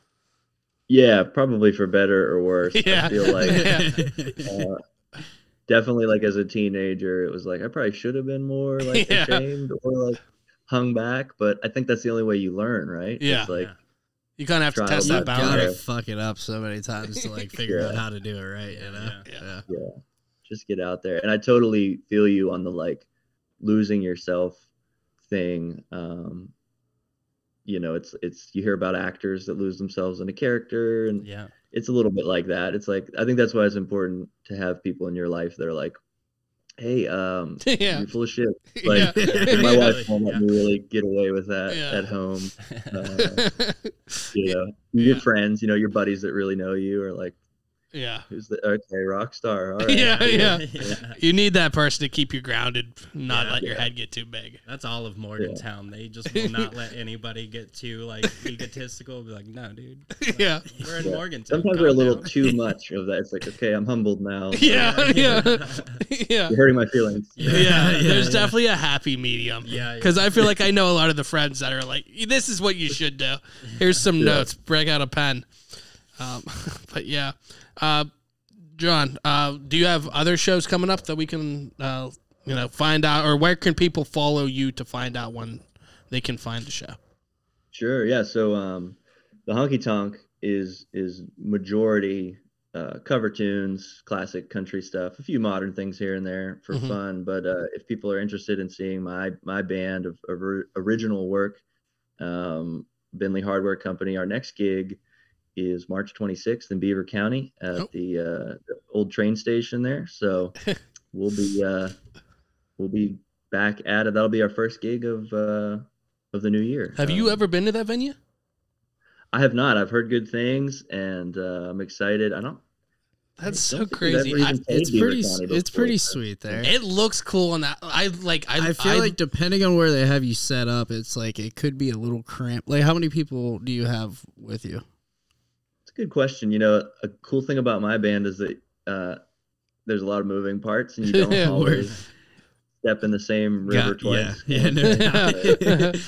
Speaker 6: Yeah, probably for better or worse.
Speaker 2: Yeah.
Speaker 6: I feel like
Speaker 2: Yeah.
Speaker 6: uh, definitely like as a teenager, it was like I probably should have been more like
Speaker 2: Yeah.
Speaker 6: ashamed or like hung back. But I think that's the only way you learn, right?
Speaker 2: Yeah.
Speaker 6: It's like
Speaker 3: Yeah.
Speaker 2: You kind of have to
Speaker 6: Trial
Speaker 2: test
Speaker 6: by
Speaker 2: that
Speaker 6: fire.
Speaker 2: boundary.
Speaker 1: Gotta fuck it up so many times to like figure
Speaker 6: Yeah.
Speaker 1: out how to do it right. You know.
Speaker 3: Yeah.
Speaker 1: Yeah.
Speaker 6: just get out there. And I totally feel you on the like losing yourself thing. Um, you know, it's it's you hear about actors that lose themselves in a character, and
Speaker 3: yeah
Speaker 6: it's a little bit like that. It's like I think that's why it's important to have people in your life that are like, "Hey, um,
Speaker 2: yeah.
Speaker 6: you're full of shit." Like
Speaker 2: Yeah.
Speaker 6: my
Speaker 2: Yeah.
Speaker 6: wife won't let me really get away with that
Speaker 2: Yeah.
Speaker 6: at home. Uh, you know, your
Speaker 2: Yeah.
Speaker 6: friends, you know, your buddies that really know you are like,
Speaker 2: yeah.
Speaker 6: "Who's the okay rock star?" All right.
Speaker 2: Yeah. Yeah.
Speaker 3: Yeah.
Speaker 2: You need that person to keep you grounded, not
Speaker 3: Yeah.
Speaker 2: let your head get too big.
Speaker 3: That's all of Morgantown. They just will not let anybody get too like egotistical. Be like, no, dude,
Speaker 2: yeah.
Speaker 3: we're in
Speaker 6: Yeah.
Speaker 3: Morgantown.
Speaker 6: Sometimes
Speaker 3: calm
Speaker 6: we're a little
Speaker 3: down."
Speaker 6: too much of that. It's like, okay, I'm humbled now.
Speaker 2: Yeah. Yeah. Yeah.
Speaker 6: You're hurting my feelings.
Speaker 2: Yeah, there's definitely a happy medium.
Speaker 3: Yeah, yeah.
Speaker 2: because I feel like I know a lot of the friends that are like, "This is what you should do." Here's some notes. Break out a pen. Um, but yeah, uh, John, uh, do you have other shows coming up that we can, uh, you know, find out, or where can people follow you to find out when they can find the show?
Speaker 6: Sure. Yeah. So um, the honky tonk is is majority uh, cover tunes, classic country stuff, a few modern things here and there for
Speaker 2: Mhm.
Speaker 6: fun. But uh, if people are interested in seeing my my band of, of or- original work, um, Bentley Hardware Company, our next gig is March 26th in Beaver County at
Speaker 2: Oh.
Speaker 6: the, uh, the old train station there. So we'll be uh, we'll be back at it. That'll be our first gig of uh, of the new year.
Speaker 2: Have you
Speaker 6: Um,
Speaker 2: ever been to that venue?
Speaker 6: I have not. I've heard good things, and uh, I'm excited. I don't.
Speaker 2: That's
Speaker 6: I
Speaker 2: so
Speaker 6: don't think we've ever
Speaker 2: crazy.
Speaker 6: even
Speaker 2: I,
Speaker 6: played
Speaker 1: It's
Speaker 6: Beaver
Speaker 1: pretty.
Speaker 6: County
Speaker 1: It's
Speaker 6: before.
Speaker 1: pretty sweet there.
Speaker 2: it looks cool on that. I like. I,
Speaker 1: I feel like depending on where they have you set up, it's like it could be a little cramped. Like, how many people do you have with you?
Speaker 6: It's a good question. You know, a cool thing about my band is that uh, there's a lot of moving parts, and you don't
Speaker 2: Yeah,
Speaker 6: always step in the same river
Speaker 1: God, yeah,
Speaker 6: twice.
Speaker 1: yeah, no
Speaker 2: Yeah.
Speaker 1: doubt.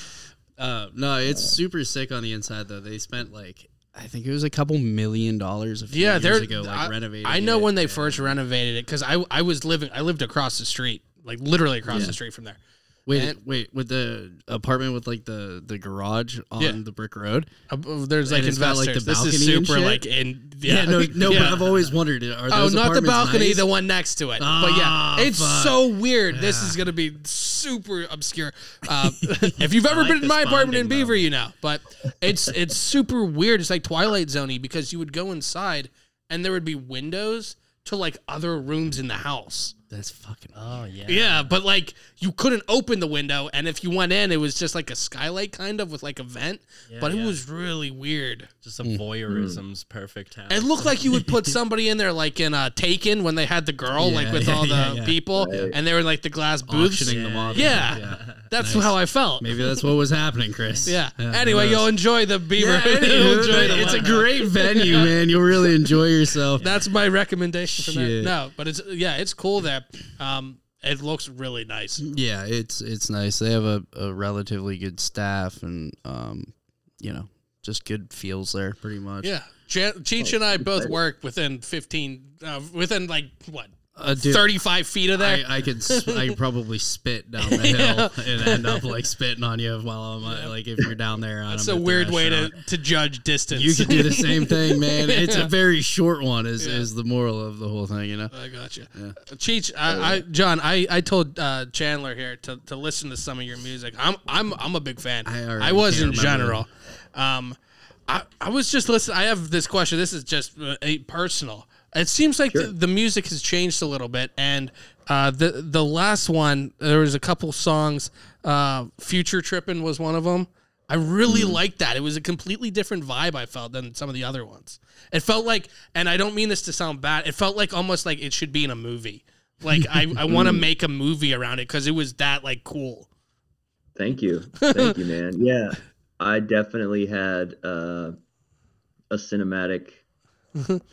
Speaker 1: Uh, no, it's super sick on the inside though. They spent like I think it was a couple million dollars a few
Speaker 2: Yeah,
Speaker 1: years
Speaker 2: they're-
Speaker 1: ago, like
Speaker 2: I-
Speaker 1: renovating.
Speaker 2: I know
Speaker 1: it.
Speaker 2: when they first renovated it because I I was living I lived across the street like literally across the street from there.
Speaker 1: Wait,
Speaker 2: and-
Speaker 1: wait, with the apartment with like the the garage on
Speaker 2: Yeah.
Speaker 1: the brick road.
Speaker 2: Uh, uh, There's like
Speaker 1: And it's got,
Speaker 2: investors.
Speaker 1: like, the
Speaker 2: this is
Speaker 1: balcony and
Speaker 2: super
Speaker 1: shit?
Speaker 2: like in yeah,
Speaker 1: Yeah, no, no.
Speaker 2: Yeah.
Speaker 1: But I've always wondered. Are
Speaker 2: oh
Speaker 1: those
Speaker 2: not the
Speaker 1: apartments
Speaker 2: balcony,
Speaker 1: nice?
Speaker 2: the one next to it. but
Speaker 1: Ah,
Speaker 2: yeah, it's
Speaker 1: fuck.
Speaker 2: so weird. This is gonna be super obscure. Uh, if you've ever
Speaker 3: like
Speaker 2: been in
Speaker 3: this
Speaker 2: my apartment in
Speaker 3: bonding
Speaker 2: Beaver, you know. But it's it's super weird. It's like Twilight Zoney because you would go inside and there would be windows to like other rooms in the house.
Speaker 1: That's fucking.
Speaker 3: Oh yeah.
Speaker 2: Yeah, but like you couldn't open the window, and if you went in, it was just like a skylight kind of with like a vent.
Speaker 3: Yeah,
Speaker 2: but it
Speaker 3: yeah.
Speaker 2: was really weird.
Speaker 3: just a voyeurism's perfect house.
Speaker 2: It looked like you would put somebody in there, like in uh, Taken, when they had the girl,
Speaker 1: Yeah,
Speaker 2: like with
Speaker 1: yeah,
Speaker 2: all the
Speaker 1: yeah, yeah.
Speaker 2: people, and they were in, like the glass booths.
Speaker 1: Auctioning them off.
Speaker 2: Yeah. That's
Speaker 1: Nice.
Speaker 2: how I felt.
Speaker 1: Maybe that's what was happening, Chris.
Speaker 2: Yeah.
Speaker 1: who
Speaker 2: anyway,
Speaker 1: knows?
Speaker 2: you'll enjoy the Beaver.
Speaker 1: Yeah,
Speaker 2: You'll
Speaker 1: anywho,
Speaker 2: enjoy the
Speaker 1: it's a
Speaker 2: lineup.
Speaker 1: great venue, man. You'll really enjoy yourself.
Speaker 2: That's my recommendation for that.
Speaker 1: Shit.
Speaker 2: No, but it's yeah, it's cool there. Um, it looks really nice.
Speaker 1: Yeah, it's it's nice. They have a, a relatively good staff and um, you know, just good feels there pretty much.
Speaker 2: Yeah, Jan- Cheech and I both work within fifteen, uh, within like what
Speaker 1: Uh, dude,
Speaker 2: 35 feet of there.
Speaker 1: I, I could s- I could probably spit down the hill and end up like spitting on you while I'm uh, like if you're down there.
Speaker 2: That's a weird way to, to judge distance.
Speaker 1: You could do the same thing, man. It's a very short one. Is is the moral of the whole thing, you know?
Speaker 2: I got you, Cheech. I, I, John, I, I told uh, Chandler here to, to listen to some of your music. I'm I'm I'm a big fan.
Speaker 1: I already
Speaker 2: was
Speaker 1: can't
Speaker 2: in
Speaker 1: remember.
Speaker 2: general. Um, I, I was just listening. I have this question. This is just uh, a personal. It seems like the, the music has changed a little bit, and uh, the the last one there was a couple songs. Uh, Future Trippin' was one of them. I really liked that. It was a completely different vibe I felt than some of the other ones. It felt like, and I don't mean this to sound bad. It felt like almost like it should be in a movie. Like I, I want to make a movie around it because it was that like cool.
Speaker 6: Thank you. Thank you, man. Yeah. I definitely had uh, a cinematic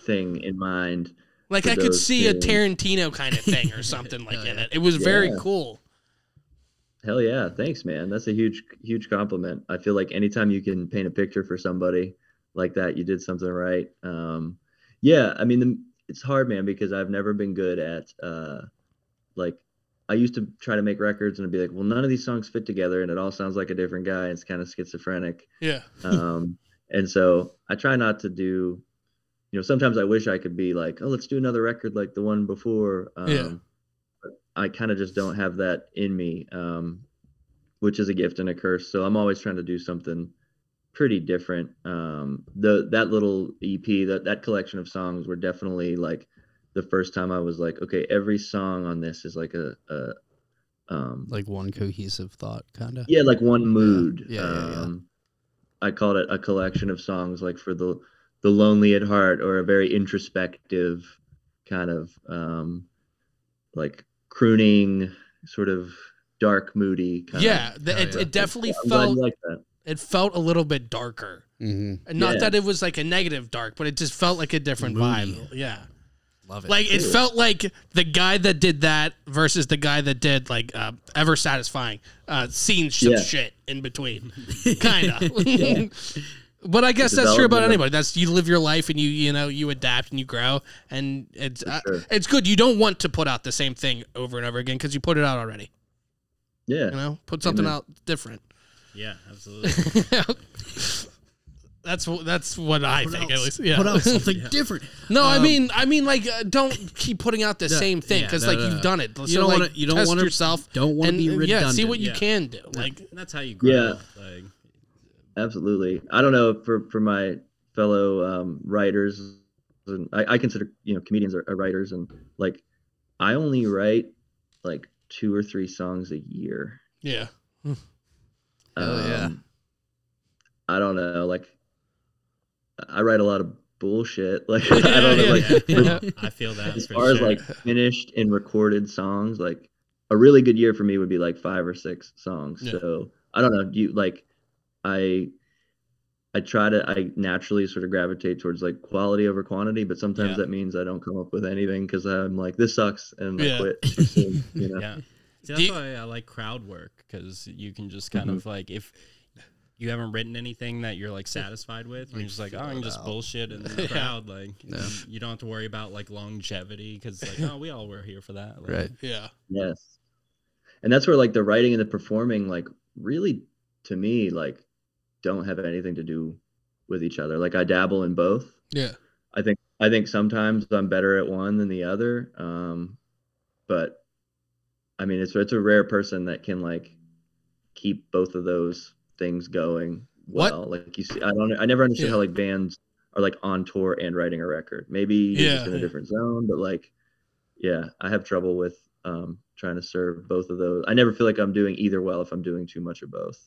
Speaker 6: thing in mind.
Speaker 2: Like
Speaker 6: for
Speaker 2: I could
Speaker 6: those
Speaker 2: see a
Speaker 6: things.
Speaker 2: Tarantino kind of thing or something like that. It was very
Speaker 6: Yeah.
Speaker 2: cool.
Speaker 6: Hell yeah. Thanks, man. That's a huge, huge compliment. I feel like anytime you can paint a picture for somebody like that, you did something right. Um, yeah. I mean, the, it's hard, man, because I've never been good at, uh, like, I used to try to make records and I'd be like, well, none of these songs fit together and it all sounds like a different guy. It's kind of schizophrenic.
Speaker 2: Yeah.
Speaker 6: um, and so I try not to do, you know, sometimes I wish I could be like, oh, let's do another record like the one before. Um,
Speaker 2: Yeah.
Speaker 6: But I kind of just don't have that in me, um, which is a gift and a curse. So I'm always trying to do something pretty different. Um, the that little EP, that that collection of songs, were definitely like the first time I was like, okay, every song on this is like a, a um,
Speaker 7: Like one cohesive thought, kind of.
Speaker 6: yeah like one mood
Speaker 7: Yeah, yeah, yeah.
Speaker 6: um i called it a collection of songs like for the the lonely at heart or a very introspective kind of um like crooning sort of dark moody kind
Speaker 2: Yeah.
Speaker 6: of
Speaker 2: th- it,
Speaker 7: yeah.
Speaker 2: it definitely
Speaker 6: I'm glad you
Speaker 2: felt
Speaker 6: like that
Speaker 2: it felt a little bit darker.
Speaker 7: hmm
Speaker 1: Mm-hmm.
Speaker 2: And not
Speaker 6: Yeah.
Speaker 2: that it was like a negative dark, but it just felt like a different vibe. Yeah.
Speaker 7: Love it.
Speaker 2: Like it felt like the guy that did that versus the guy that did like uh, ever satisfying uh, scenes some
Speaker 6: Yeah.
Speaker 2: shit in between, kind of. But I guess that's true about
Speaker 6: Development of-
Speaker 2: anybody. That's you live your life and you you know you adapt and you grow and it's uh,
Speaker 6: sure.
Speaker 2: it's good. You don't want to put out the same thing over and over again because you put it out already.
Speaker 6: yeah
Speaker 2: You know, put something out different.
Speaker 3: Yeah, absolutely.
Speaker 2: that's wh- that's what I
Speaker 1: Put out-
Speaker 2: think at least. Yeah.
Speaker 1: Put out something different.
Speaker 2: No, I
Speaker 1: Um,
Speaker 2: mean, I mean, like, uh, don't keep putting out the
Speaker 1: No,
Speaker 2: same thing
Speaker 1: yeah,
Speaker 2: because,
Speaker 1: no,
Speaker 2: like,
Speaker 1: no,
Speaker 2: you've
Speaker 1: no.
Speaker 2: done it.
Speaker 1: You
Speaker 2: so,
Speaker 1: don't
Speaker 2: like,
Speaker 1: wanna- you don't
Speaker 2: test
Speaker 1: wanna-
Speaker 2: yourself.
Speaker 1: don't wanna
Speaker 2: and,
Speaker 1: be
Speaker 2: uh, Yeah, see
Speaker 1: redundant.
Speaker 2: what you
Speaker 3: Yeah.
Speaker 2: can do. Like,
Speaker 3: and that's how you grow.
Speaker 6: Yeah.
Speaker 3: Like,
Speaker 6: absolutely i don't know for for my fellow um writers and i, I consider you know comedians are, are writers and like i only write like two or three songs a year
Speaker 2: yeah,
Speaker 3: Oh,
Speaker 7: Hell yeah.
Speaker 6: Um, I don't know. Like, I write a lot of bullshit. Like, I don't know. Like,
Speaker 3: yeah, I feel that.
Speaker 6: as
Speaker 3: for
Speaker 6: far as
Speaker 3: sure.
Speaker 6: like finished and recorded songs, like a really good year for me would be like five or six songs.
Speaker 2: Yeah.
Speaker 6: So I don't know. Do you like? I I try to. I naturally sort of gravitate towards like quality over quantity, but sometimes
Speaker 3: Yeah.
Speaker 6: that means I don't come up with anything because I'm like, this sucks, and
Speaker 2: Yeah.
Speaker 6: I quit. too soon, you know?
Speaker 3: yeah. See,
Speaker 2: Do
Speaker 3: that's
Speaker 2: you- Mm-hmm.
Speaker 3: why I like crowd work because you can just kind of like if you haven't written anything that you're like satisfied with, you're just like, oh, I can just bullshit in the crowd. Like, you- you don't have to worry about like longevity because like, oh, we all were here for that. Like,
Speaker 7: Right.
Speaker 2: yeah,
Speaker 6: Yes. And that's where like the writing and the performing like really to me like don't have anything to do with each other. Like I dabble in both.
Speaker 2: yeah.
Speaker 6: I think I think sometimes I'm better at one than the other. Um but I mean it's it's a rare person that can like keep both of those things going
Speaker 2: What-
Speaker 6: well. Like you see I don't I never understood
Speaker 2: Yeah.
Speaker 6: how like bands are like on tour and writing a record. Maybe you're
Speaker 2: Yeah,
Speaker 6: just in a
Speaker 2: yeah.
Speaker 6: different zone, but like yeah, I have trouble with um trying to serve both of those. I never feel like I'm doing either well if I'm doing too much of both.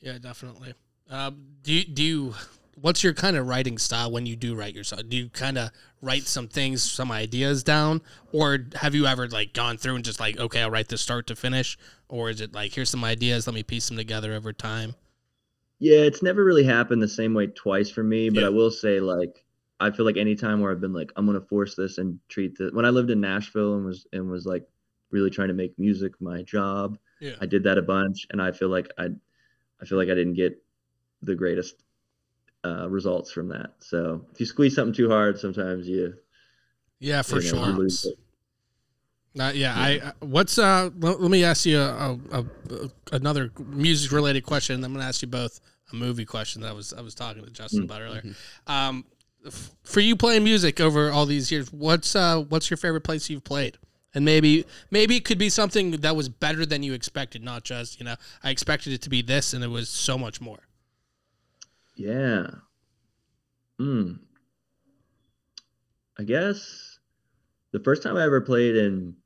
Speaker 2: Yeah, definitely. Um, do you, do you, what's your kind of writing style when you do write yourself? Do you kind of write some things, some ideas down, or have you ever like gone through and just like, okay, I'll write this start to finish, or is it like, here's some ideas, let me piece them together over time?
Speaker 6: Yeah, it's never really happened the same way twice for me, but
Speaker 2: Yeah.
Speaker 6: I will say like I feel like any time where I've been like I'm gonna force this and treat this. When I lived in Nashville and was and was like really trying to make music my job,
Speaker 2: Yeah.
Speaker 6: I did that a bunch, and I feel like I I feel like I didn't get the greatest uh, results from that. So if you squeeze something too hard, sometimes you
Speaker 2: Yeah, for
Speaker 6: you know, you
Speaker 2: sure.
Speaker 6: lose it.
Speaker 2: Uh, yeah, I I what's uh l- let me ask you a, a, a another music related question. and I'm going to ask you both a movie question that I was I was talking to
Speaker 8: Mm.
Speaker 2: Justin about earlier.
Speaker 8: Mm-hmm.
Speaker 2: Um, f- for you playing music over all these years, what's uh what's your favorite place you've played? And maybe maybe it could be something that was better than you expected, not just you know I expected it to be this and it was so much more.
Speaker 6: Yeah. Hmm. I guess the first time I ever played in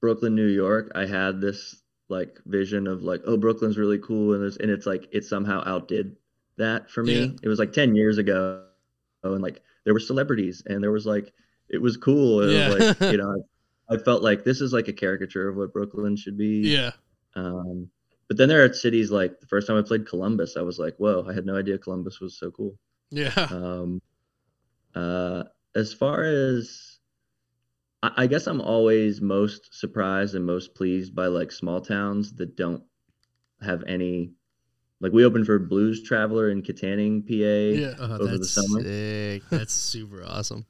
Speaker 6: Brooklyn, New York, I had this like vision of like, oh, Brooklyn's really cool, and this, and it's like it somehow outdid that for me.
Speaker 2: Yeah.
Speaker 6: It was like ten years ago, and like there were celebrities, and there was like it was cool, and it was,
Speaker 2: Yeah.
Speaker 6: like you know, I felt like this is like a caricature of what Brooklyn should be.
Speaker 8: Mm.
Speaker 2: Yeah.
Speaker 6: Um, but then there are cities like the first time I played Columbus, I was like, whoa, I had no idea Columbus was so cool.
Speaker 2: Yeah.
Speaker 6: Um, uh, as far as I, I guess I'm always most surprised and most pleased by like small towns that don't have any. Like we opened for Blues Traveler in Katanning, PA.
Speaker 2: Yeah.
Speaker 1: uh-huh,
Speaker 8: Oh,
Speaker 6: Over the
Speaker 8: that's
Speaker 6: summer?
Speaker 8: sick. That's super awesome.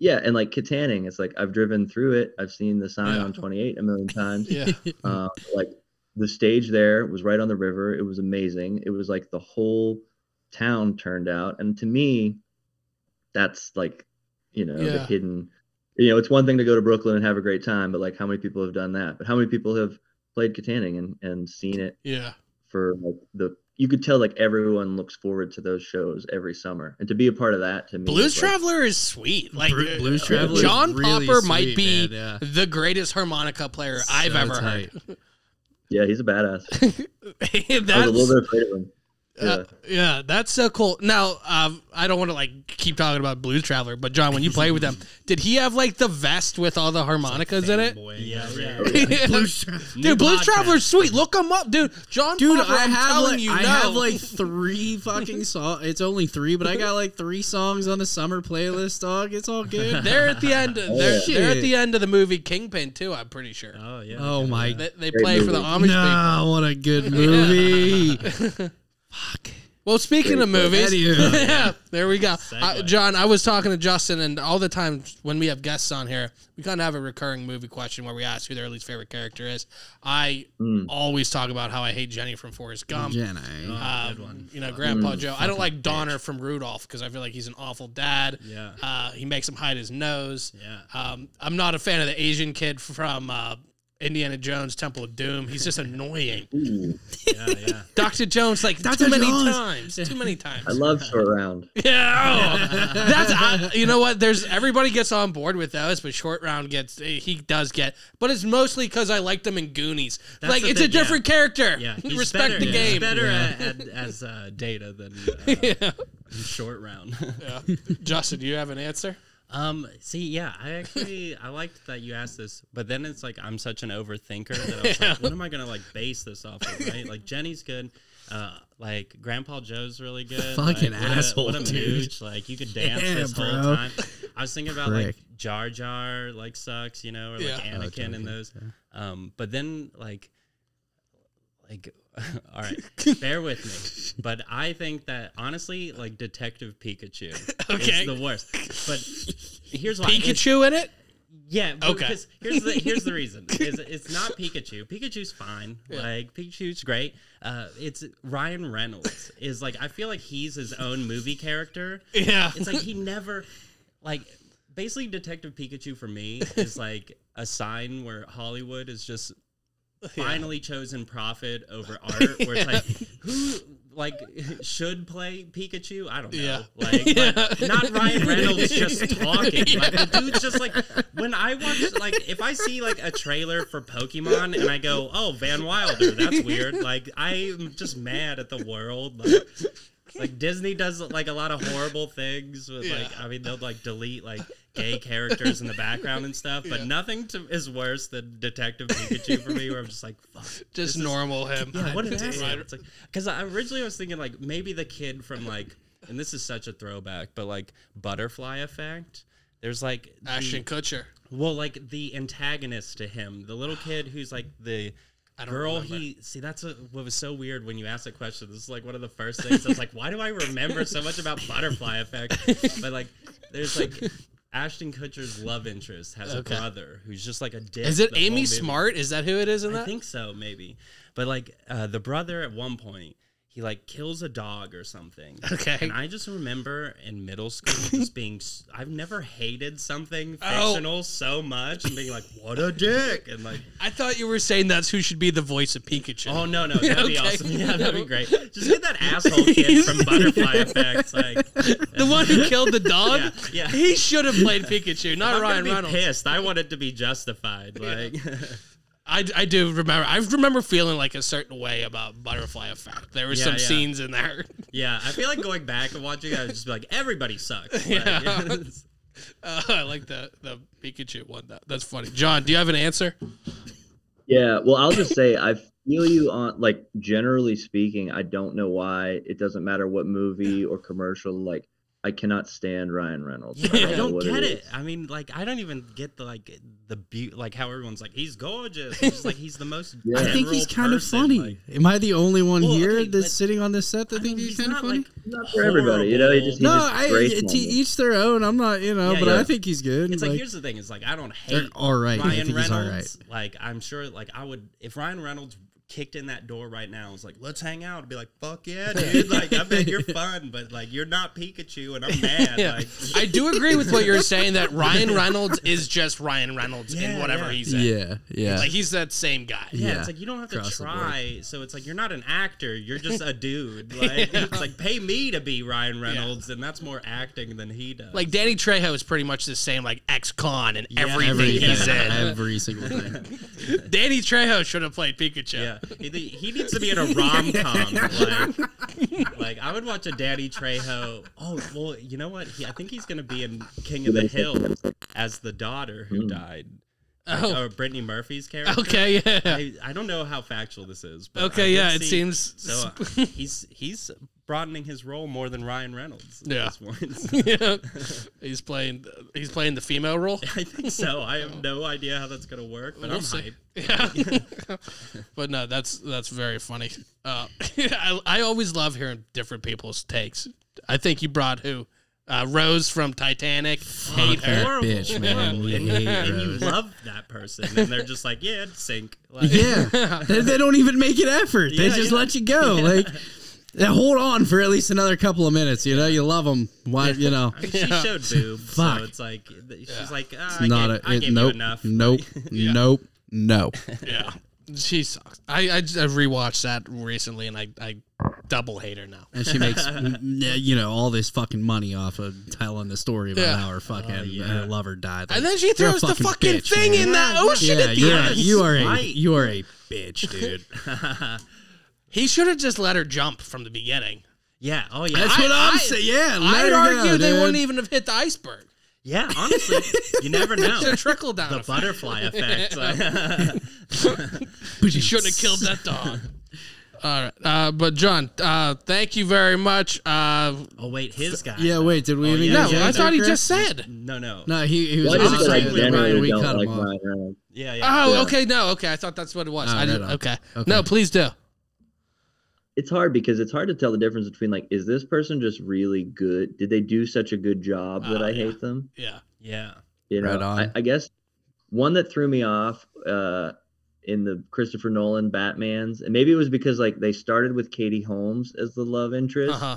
Speaker 6: Yeah, and like Katanning, it's like I've driven through it. I've seen the sign
Speaker 2: Yeah.
Speaker 6: on 28 a million times.
Speaker 2: Yeah.
Speaker 6: Uh, like the stage there was right on the river. It was amazing. It was like the whole town turned out, and to me, that's like, you know, the
Speaker 2: Yeah.
Speaker 6: hidden. You know, it's one thing to go to Brooklyn and have a great time, but like, how many people have done that? But how many people have played Katanning and and seen it
Speaker 2: Yeah.
Speaker 6: for like the? You could tell like everyone looks forward to those shows every summer, and to be a part of that to me,
Speaker 2: Blues
Speaker 6: is, like,
Speaker 2: Traveler is sweet. Like
Speaker 8: Bru-
Speaker 2: uh,
Speaker 8: Blues Traveler is
Speaker 2: John
Speaker 8: really
Speaker 2: Popper might
Speaker 8: sweet,
Speaker 2: be
Speaker 8: man, yeah.
Speaker 2: the greatest harmonica player I've
Speaker 8: So
Speaker 2: ever
Speaker 8: tight.
Speaker 6: Yeah, he's a badass.
Speaker 2: heard.
Speaker 6: I was a
Speaker 2: That's-
Speaker 6: little bit afraid of him.
Speaker 2: Uh, yeah, that's so cool. Now, um, I don't want to like keep talking about Blues Traveler, but John, when you play with them, did he have like the vest with all the harmonicas in it?
Speaker 3: Yeah, yeah.
Speaker 1: Blues Traveler.
Speaker 3: New
Speaker 2: dude, Blues
Speaker 3: podcast.
Speaker 2: Traveler's sweet. Look him up, dude. John,
Speaker 1: Dude,
Speaker 2: Popper,
Speaker 1: I
Speaker 2: I'm
Speaker 1: have
Speaker 2: telling
Speaker 1: like,
Speaker 2: you,
Speaker 1: I
Speaker 2: no.
Speaker 1: have like three fucking songs. It's only three, but I got like three songs on the summer playlist, dog. It's all good.
Speaker 2: they're at the end. They're,
Speaker 1: yeah.
Speaker 2: they're at
Speaker 1: Shit.
Speaker 2: the end of the movie Kingpin too. I'm pretty sure
Speaker 3: Oh yeah.
Speaker 1: oh my
Speaker 2: they, they
Speaker 6: Great
Speaker 2: play for the Amish
Speaker 6: movie.
Speaker 2: people.
Speaker 1: Nah, what a good movie.
Speaker 2: Well, speaking of movies,
Speaker 1: Anywho.
Speaker 2: yeah, there we go. I-
Speaker 3: Segue.
Speaker 2: John, I was talking to Justin, and all the time when we have guests on here, we kind of have a recurring movie question where we ask who their least favorite character is. I
Speaker 6: Mm.
Speaker 2: always talk about how I hate Jenny from Forrest Gump.
Speaker 1: Jedi.
Speaker 2: Um, You know, Grandpa Joe. I don't like Donner from Rudolph because I feel like he's an awful dad.
Speaker 3: Yeah.
Speaker 2: Uh, he makes him hide his nose.
Speaker 3: Yeah.
Speaker 2: Um, I'm not a fan of the Asian kid from uh, Indiana Jones Temple of Doom. He's just annoying.
Speaker 3: Yeah. Yeah.
Speaker 2: Dr. Jones, like,
Speaker 1: Dr.
Speaker 2: too many
Speaker 1: Jones.
Speaker 2: times. Too many times.
Speaker 6: I love short round.
Speaker 2: Yeah, oh, that's I, you know what. There's everybody gets on board with those, but short round gets he does get, but it's mostly because I liked him in Goonies.
Speaker 3: That's
Speaker 2: like
Speaker 3: the
Speaker 2: it's a
Speaker 3: thing, yeah.
Speaker 2: different character.
Speaker 3: Yeah, he's
Speaker 2: respect
Speaker 3: better-
Speaker 2: the
Speaker 3: he's
Speaker 2: game.
Speaker 3: better at, at, as uh, data than uh, short round.
Speaker 2: Justin, do you have an answer?
Speaker 3: um, see, yeah, I actually I liked that you asked this, but then it's like I'm such an overthinker that I was like, what am I gonna like base this off of? Right? Like Jenny's good. Uh, like Grandpa Joe's really good.
Speaker 1: Fucking
Speaker 3: like, what a-
Speaker 1: asshole,
Speaker 3: what a
Speaker 1: dude.
Speaker 3: mooch, Like you could dance
Speaker 1: Yeah,
Speaker 3: this
Speaker 1: bro.
Speaker 3: whole time. I was thinking about
Speaker 1: Prick.
Speaker 3: like Jar Jar, like sucks, you know, or
Speaker 2: Yeah.
Speaker 1: Oh,
Speaker 3: like Anakin and those. Um, but then like like all right bear with me but i think that honestly like detective pikachu
Speaker 2: Okay.
Speaker 3: is the worst but here's why It's-
Speaker 2: Pikachu in it?
Speaker 3: yeah but
Speaker 2: Okay.
Speaker 3: because here's the here's the reason is it's not pikachu pikachu's fine like pikachu's great uh it's ryan reynolds is like i feel like he's his own movie character
Speaker 2: Yeah,
Speaker 3: it's like he never, like, basically Detective Pikachu for me is like a sign where Hollywood is just finally chosen profit over art. Where it's like, who like should play Pikachu? I don't know.
Speaker 2: Yeah.
Speaker 3: Like, but not Ryan Reynolds just talking. Like the dude's just like when I watch like if I see like a trailer for Pokemon and I go, oh Van Wilder, that's weird. Like I'm just mad at the world. Like, like Disney does like a lot of horrible things with like I mean they'll like delete like gay characters in the background and stuff, but nothing to, is worse than Detective Pikachu for me where I'm just like fuck.
Speaker 2: just normal him.
Speaker 3: What an asshole. It's like because I originally I was thinking like maybe the kid from like and this is such a throwback, but like Butterfly Effect. There's like the-
Speaker 2: Ashton Kutcher.
Speaker 3: well, like the antagonist to him, the little kid who's like the
Speaker 2: don't
Speaker 3: girl.
Speaker 2: remember.
Speaker 3: He see that's what, what was so weird when you asked that question. This is like one of the first things. I was like, why do I remember so much about Butterfly Effect? But like, there's like Ashton Kutcher's love interest has
Speaker 2: Okay.
Speaker 3: a brother who's just like a dick.
Speaker 2: Is it
Speaker 3: the whole
Speaker 2: Amy
Speaker 3: movie.
Speaker 2: Smart? Is that who it is in
Speaker 3: I
Speaker 2: that?
Speaker 3: think so, maybe. But like uh, the brother at one point, he like kills a dog or something.
Speaker 2: Okay.
Speaker 3: And I just remember in middle school just being, s- I've never hated something
Speaker 2: Oh.
Speaker 3: fictional so much and being like, what a dick. And like,
Speaker 2: I thought you were saying that's who should be the voice of Pikachu.
Speaker 3: oh no, no, that'd be
Speaker 2: Okay.
Speaker 3: awesome. Yeah, that'd be great. Just get that asshole kid from Butterfly Effect. Like,
Speaker 2: the one who killed the dog.
Speaker 3: Yeah, yeah.
Speaker 2: He should have played Pikachu, not
Speaker 3: I'm
Speaker 2: Ryan
Speaker 3: gonna be
Speaker 2: Reynolds.
Speaker 3: pissed. I want it to be justified. Like,
Speaker 2: I, I do remember. I remember feeling like a certain way about Butterfly Effect. There were
Speaker 3: Yeah,
Speaker 2: some
Speaker 3: yeah.
Speaker 2: scenes in there.
Speaker 3: yeah, I feel like going back and watching. it, I would just be like, everybody sucks. Like,
Speaker 2: Yeah. Uh, I like the the Pikachu one. That, that's funny. John, do you have an answer?
Speaker 6: Yeah, well, I'll just say I feel you on like generally speaking, I don't know why it doesn't matter what movie or commercial like I cannot stand Ryan Reynolds.
Speaker 3: Yeah, I
Speaker 6: know
Speaker 3: don't
Speaker 6: what
Speaker 3: get
Speaker 6: is.
Speaker 3: it. I mean, like, I don't even get the like the beauty, like how everyone's like, he's gorgeous. It's just like he's the most.
Speaker 6: I
Speaker 1: I think he's
Speaker 3: general
Speaker 1: kind of
Speaker 3: person,
Speaker 1: funny.
Speaker 3: like-
Speaker 1: Am I the only one
Speaker 3: Well,
Speaker 1: here
Speaker 3: okay,
Speaker 1: that's
Speaker 3: but-
Speaker 1: sitting on this set that
Speaker 3: I mean,
Speaker 1: thinks he's,
Speaker 3: he's
Speaker 1: kind of
Speaker 3: not,
Speaker 1: funny?
Speaker 3: like,
Speaker 6: Not for everybody, you know. He just, he
Speaker 3: horrible.
Speaker 1: no,
Speaker 6: just
Speaker 1: I
Speaker 6: grates
Speaker 1: to
Speaker 6: on it.
Speaker 1: each their own. I'm not, you know,
Speaker 3: Yeah,
Speaker 1: but
Speaker 3: yeah.
Speaker 1: I think he's good.
Speaker 3: It's like,
Speaker 1: like,
Speaker 3: here's the thing: is like I don't hate
Speaker 1: they're all right. I
Speaker 3: Ryan
Speaker 1: think he's all
Speaker 3: Reynolds.
Speaker 1: right.
Speaker 3: Like I'm sure, like I would if Ryan Reynolds kicked in that door right now, and was like, let's hang out. I'd be like, fuck yeah, dude! Like I bet you're fun, but like you're not Pikachu, and I'm mad.
Speaker 2: Yeah.
Speaker 3: Like
Speaker 2: I do agree with what you're saying that Ryan Reynolds is just Ryan Reynolds in
Speaker 3: Yeah,
Speaker 2: whatever
Speaker 3: yeah.
Speaker 2: he's in.
Speaker 7: Yeah, yeah.
Speaker 2: Like he's that same guy.
Speaker 3: Yeah,
Speaker 7: Yeah,
Speaker 3: it's like you don't have to
Speaker 7: across the board.
Speaker 3: try. So it's like you're not an actor. You're just a dude. Like it's like pay me to be Ryan Reynolds, and that's more acting than he does.
Speaker 2: Like Danny Trejo is pretty much the same, like ex-con and
Speaker 3: Yeah,
Speaker 2: everything
Speaker 3: everything.
Speaker 2: he's in.
Speaker 1: Every single thing.
Speaker 2: Danny Trejo should have played Pikachu.
Speaker 3: yeah, he, he needs to be in a rom com. like, like I would watch a Daddy Trejo. Oh well, you know what? He, I think he's gonna be in King of the Hill as the daughter who died,
Speaker 2: Hmm. Oh,
Speaker 3: or Brittany Murphy's character.
Speaker 2: okay, yeah.
Speaker 3: I, I don't know how factual this is. But I
Speaker 2: Okay,
Speaker 3: did
Speaker 2: yeah, it
Speaker 3: see-
Speaker 2: seems.
Speaker 3: So uh, he's he's broadening his role more than Ryan Reynolds. At
Speaker 2: Yeah.
Speaker 3: this point. So-
Speaker 2: yeah. He's playing he's playing the female role.
Speaker 3: I think so. I have no idea how that's gonna work, but
Speaker 2: We'll
Speaker 3: I'm
Speaker 2: see.
Speaker 3: hyped.
Speaker 2: Yeah. but no, that's that's very funny. Uh, I, I always love hearing different people's takes. I think you brought who? Uh, Rose from Titanic. Hate her.
Speaker 3: Horrible,
Speaker 1: bitch, man.
Speaker 3: horrible.
Speaker 1: We
Speaker 3: And,
Speaker 1: hate
Speaker 3: and you
Speaker 1: Rose.
Speaker 3: love that person, and they're just like, yeah, it's sink. Like,
Speaker 1: Yeah, they, they don't even make an effort. They
Speaker 3: Yeah,
Speaker 1: just
Speaker 3: yeah.
Speaker 1: let you go. Like, they hold on for at least another couple of minutes. You know, you love them. Why? You know,
Speaker 3: I mean, she showed boob, so
Speaker 1: Fuck.
Speaker 3: it's like she's like, ah, I,
Speaker 1: it's not
Speaker 3: gave,
Speaker 1: a
Speaker 3: I
Speaker 1: it-
Speaker 3: gave
Speaker 1: nope,
Speaker 3: you enough.
Speaker 1: nope, nope, no.
Speaker 2: Yeah. She sucks. I, I, I rewatched that recently and I, I double hate her now.
Speaker 1: And she makes n- n- you know all this fucking money off of telling the story about
Speaker 2: Yeah.
Speaker 1: how her fucking
Speaker 3: yeah.
Speaker 1: her lover died. Like,
Speaker 2: And then she
Speaker 1: you're a
Speaker 2: throws the fucking
Speaker 1: bitch,
Speaker 2: thing
Speaker 1: man.
Speaker 2: in the ocean
Speaker 1: Yeah,
Speaker 2: at the
Speaker 1: you're
Speaker 2: end.
Speaker 1: a, you are a
Speaker 3: Right.
Speaker 1: you are a bitch, dude.
Speaker 2: He should have just let her jump from the beginning.
Speaker 3: Yeah. Oh yeah.
Speaker 1: That's
Speaker 2: I-
Speaker 1: what I'm
Speaker 2: I-
Speaker 1: saying. Yeah, let
Speaker 2: I'd
Speaker 1: her
Speaker 2: argue
Speaker 1: go,
Speaker 2: they
Speaker 1: dude.
Speaker 2: wouldn't even have hit the iceberg.
Speaker 3: yeah. Honestly, you never know.
Speaker 2: It's a trickle down.
Speaker 3: The
Speaker 2: effect.
Speaker 3: butterfly effect.
Speaker 2: But you shouldn't have killed that dog. All right, uh, but John, uh, thank you very much. Uh,
Speaker 3: oh wait, his guy.
Speaker 1: Yeah, wait, did we even?
Speaker 3: yeah,
Speaker 1: get
Speaker 2: no,
Speaker 1: Jack
Speaker 2: I thought he
Speaker 1: Tucker?
Speaker 2: just said.
Speaker 3: No, no.
Speaker 1: No, he, he was
Speaker 6: Why does it
Speaker 1: just
Speaker 6: say I
Speaker 1: like
Speaker 6: generally
Speaker 1: we
Speaker 6: don't
Speaker 1: cut
Speaker 6: like
Speaker 1: him off.
Speaker 6: Ryan Reynolds?
Speaker 3: Yeah,
Speaker 1: Uh-huh.
Speaker 3: yeah.
Speaker 2: Oh,
Speaker 6: Yeah.
Speaker 2: okay, no, okay. I thought that's what it was.
Speaker 1: Oh,
Speaker 2: I
Speaker 1: right
Speaker 2: didn't,
Speaker 1: on.
Speaker 2: okay.
Speaker 1: Okay.
Speaker 2: no, please do.
Speaker 6: It's hard because it's hard to tell the difference between like, is this person just really good? Did they do such a good job that
Speaker 2: Oh,
Speaker 6: I
Speaker 2: yeah.
Speaker 6: hate them?
Speaker 2: Yeah,
Speaker 3: yeah.
Speaker 6: You know,
Speaker 1: Right on.
Speaker 6: I, I guess one that threw me off uh, in the Christopher Nolan Batman's, and maybe it was because like they started with Katie Holmes as the love interest,
Speaker 2: uh huh,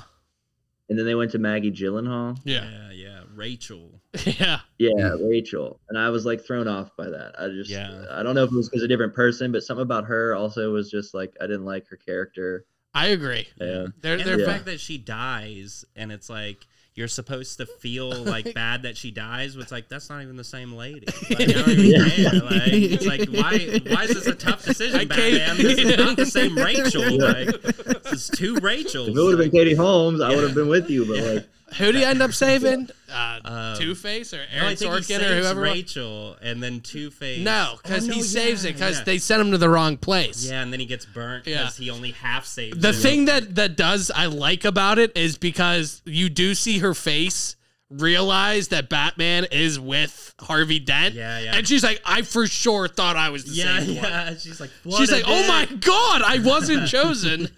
Speaker 6: and then they went to Maggie Gyllenhaal.
Speaker 2: yeah,
Speaker 3: Yeah, yeah. Rachel.
Speaker 2: yeah.
Speaker 6: Yeah, Rachel, and I was like thrown off by that. I just,
Speaker 3: Yeah.
Speaker 6: I don't know if it was because a different person, but something about her also was just like I didn't like her character.
Speaker 2: I agree.
Speaker 6: And
Speaker 2: They're,
Speaker 3: And
Speaker 2: they're
Speaker 3: the
Speaker 6: Yeah.
Speaker 3: fact that she dies, and it's like you're supposed to feel like bad that she dies. But it's like that's not even the same lady. Like, I don't even
Speaker 6: Yeah.
Speaker 3: care. Like, it's like why? Why is this a tough
Speaker 2: I
Speaker 3: decision,
Speaker 2: can't-
Speaker 3: Batman? This is not the same Rachel. Like this is two Rachels.
Speaker 6: If it would have been
Speaker 3: Like,
Speaker 6: Katie Holmes, I would
Speaker 3: Yeah.
Speaker 6: have been with you, but like,
Speaker 2: who do you end up saving? Uh,
Speaker 3: Um,
Speaker 2: Two Face or
Speaker 3: no, I
Speaker 2: Aaron
Speaker 3: think he
Speaker 2: Sorkin
Speaker 3: saves
Speaker 2: or whoever?
Speaker 3: Rachel, and then Two Face.
Speaker 2: No, because
Speaker 3: Oh,
Speaker 2: he
Speaker 3: no,
Speaker 2: saves
Speaker 3: yeah,
Speaker 2: it because
Speaker 3: yeah.
Speaker 2: they sent him to the wrong place.
Speaker 3: Yeah, and then he gets burnt
Speaker 2: Yeah.
Speaker 3: because he only half saves.
Speaker 2: The
Speaker 3: it.
Speaker 2: thing that that does I like about it is because you do see her face realize that Batman is with Harvey Dent.
Speaker 3: Yeah, yeah.
Speaker 2: And she's like, I for sure thought I was the
Speaker 3: Yeah,
Speaker 2: same one.
Speaker 3: yeah. She's like, what
Speaker 2: She's
Speaker 3: a
Speaker 2: like, oh my
Speaker 3: dick."
Speaker 2: god, I wasn't chosen.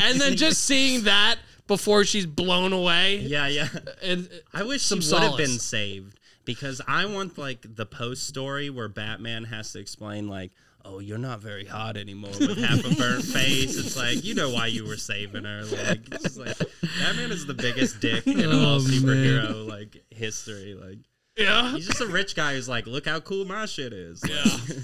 Speaker 2: and then just seeing that before she's blown away.
Speaker 3: Yeah, yeah.
Speaker 2: And
Speaker 3: I wish
Speaker 2: Some
Speaker 3: some would have been
Speaker 2: solace.
Speaker 3: saved because I want like the post story where Batman has to explain like,
Speaker 9: "Oh, you're not very hot anymore." With half a burnt face, it's like you know why you were saving her. Like, it's just like Batman is the biggest dick in
Speaker 7: Oh,
Speaker 9: all superhero like history. Like,
Speaker 2: Yeah.
Speaker 9: he's just a rich guy who's like, "Look how cool my shit is." Like,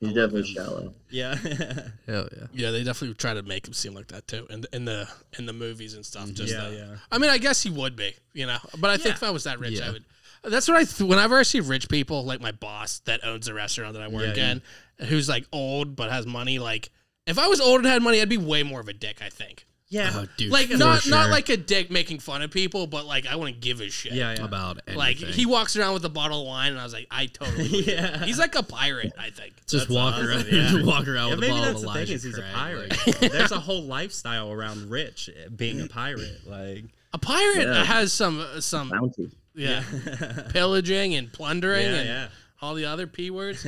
Speaker 6: He's definitely shallow.
Speaker 9: yeah,
Speaker 7: Hell yeah.
Speaker 2: Yeah, they definitely try to make him seem like that too, and in the in the movies and stuff. Just
Speaker 9: Mm-hmm. yeah,
Speaker 2: the-
Speaker 9: yeah.
Speaker 2: I mean, I guess he would be, you know. But I think
Speaker 9: Yeah.
Speaker 2: if I was that rich, I
Speaker 7: Yeah.
Speaker 2: would. That's what I. Th- whenever I see rich people, like my boss that owns the restaurant that I work
Speaker 9: Yeah,
Speaker 2: in, who's like old but has money, like. If I was old and had money, I'd be way more of a dick. I think,
Speaker 9: Yeah,
Speaker 7: Oh, dude.
Speaker 2: like
Speaker 7: for
Speaker 2: not not
Speaker 7: sure.
Speaker 2: like a dick making fun of people, but like I wouldn't give a shit.
Speaker 9: yeah, yeah.
Speaker 7: about anything.
Speaker 2: like he walks around with a bottle of wine, and I was like, I totally. would.
Speaker 9: Yeah.
Speaker 2: he's like a pirate. I think.
Speaker 7: just walk
Speaker 9: awesome,
Speaker 7: around,
Speaker 9: yeah.
Speaker 7: walk around
Speaker 9: Yeah,
Speaker 7: with a
Speaker 9: maybe
Speaker 7: bottle
Speaker 9: that's
Speaker 7: of
Speaker 9: the
Speaker 7: Elijah
Speaker 9: thing is he's a
Speaker 7: Craig,
Speaker 9: pirate.
Speaker 7: like-
Speaker 9: There's a whole lifestyle around Rich eh, being a pirate. Like,
Speaker 2: A pirate
Speaker 6: Yeah.
Speaker 2: has some uh, some
Speaker 6: Bounty.
Speaker 2: yeah,
Speaker 9: yeah,
Speaker 2: pillaging and plundering and
Speaker 9: yeah.
Speaker 2: all the other p words.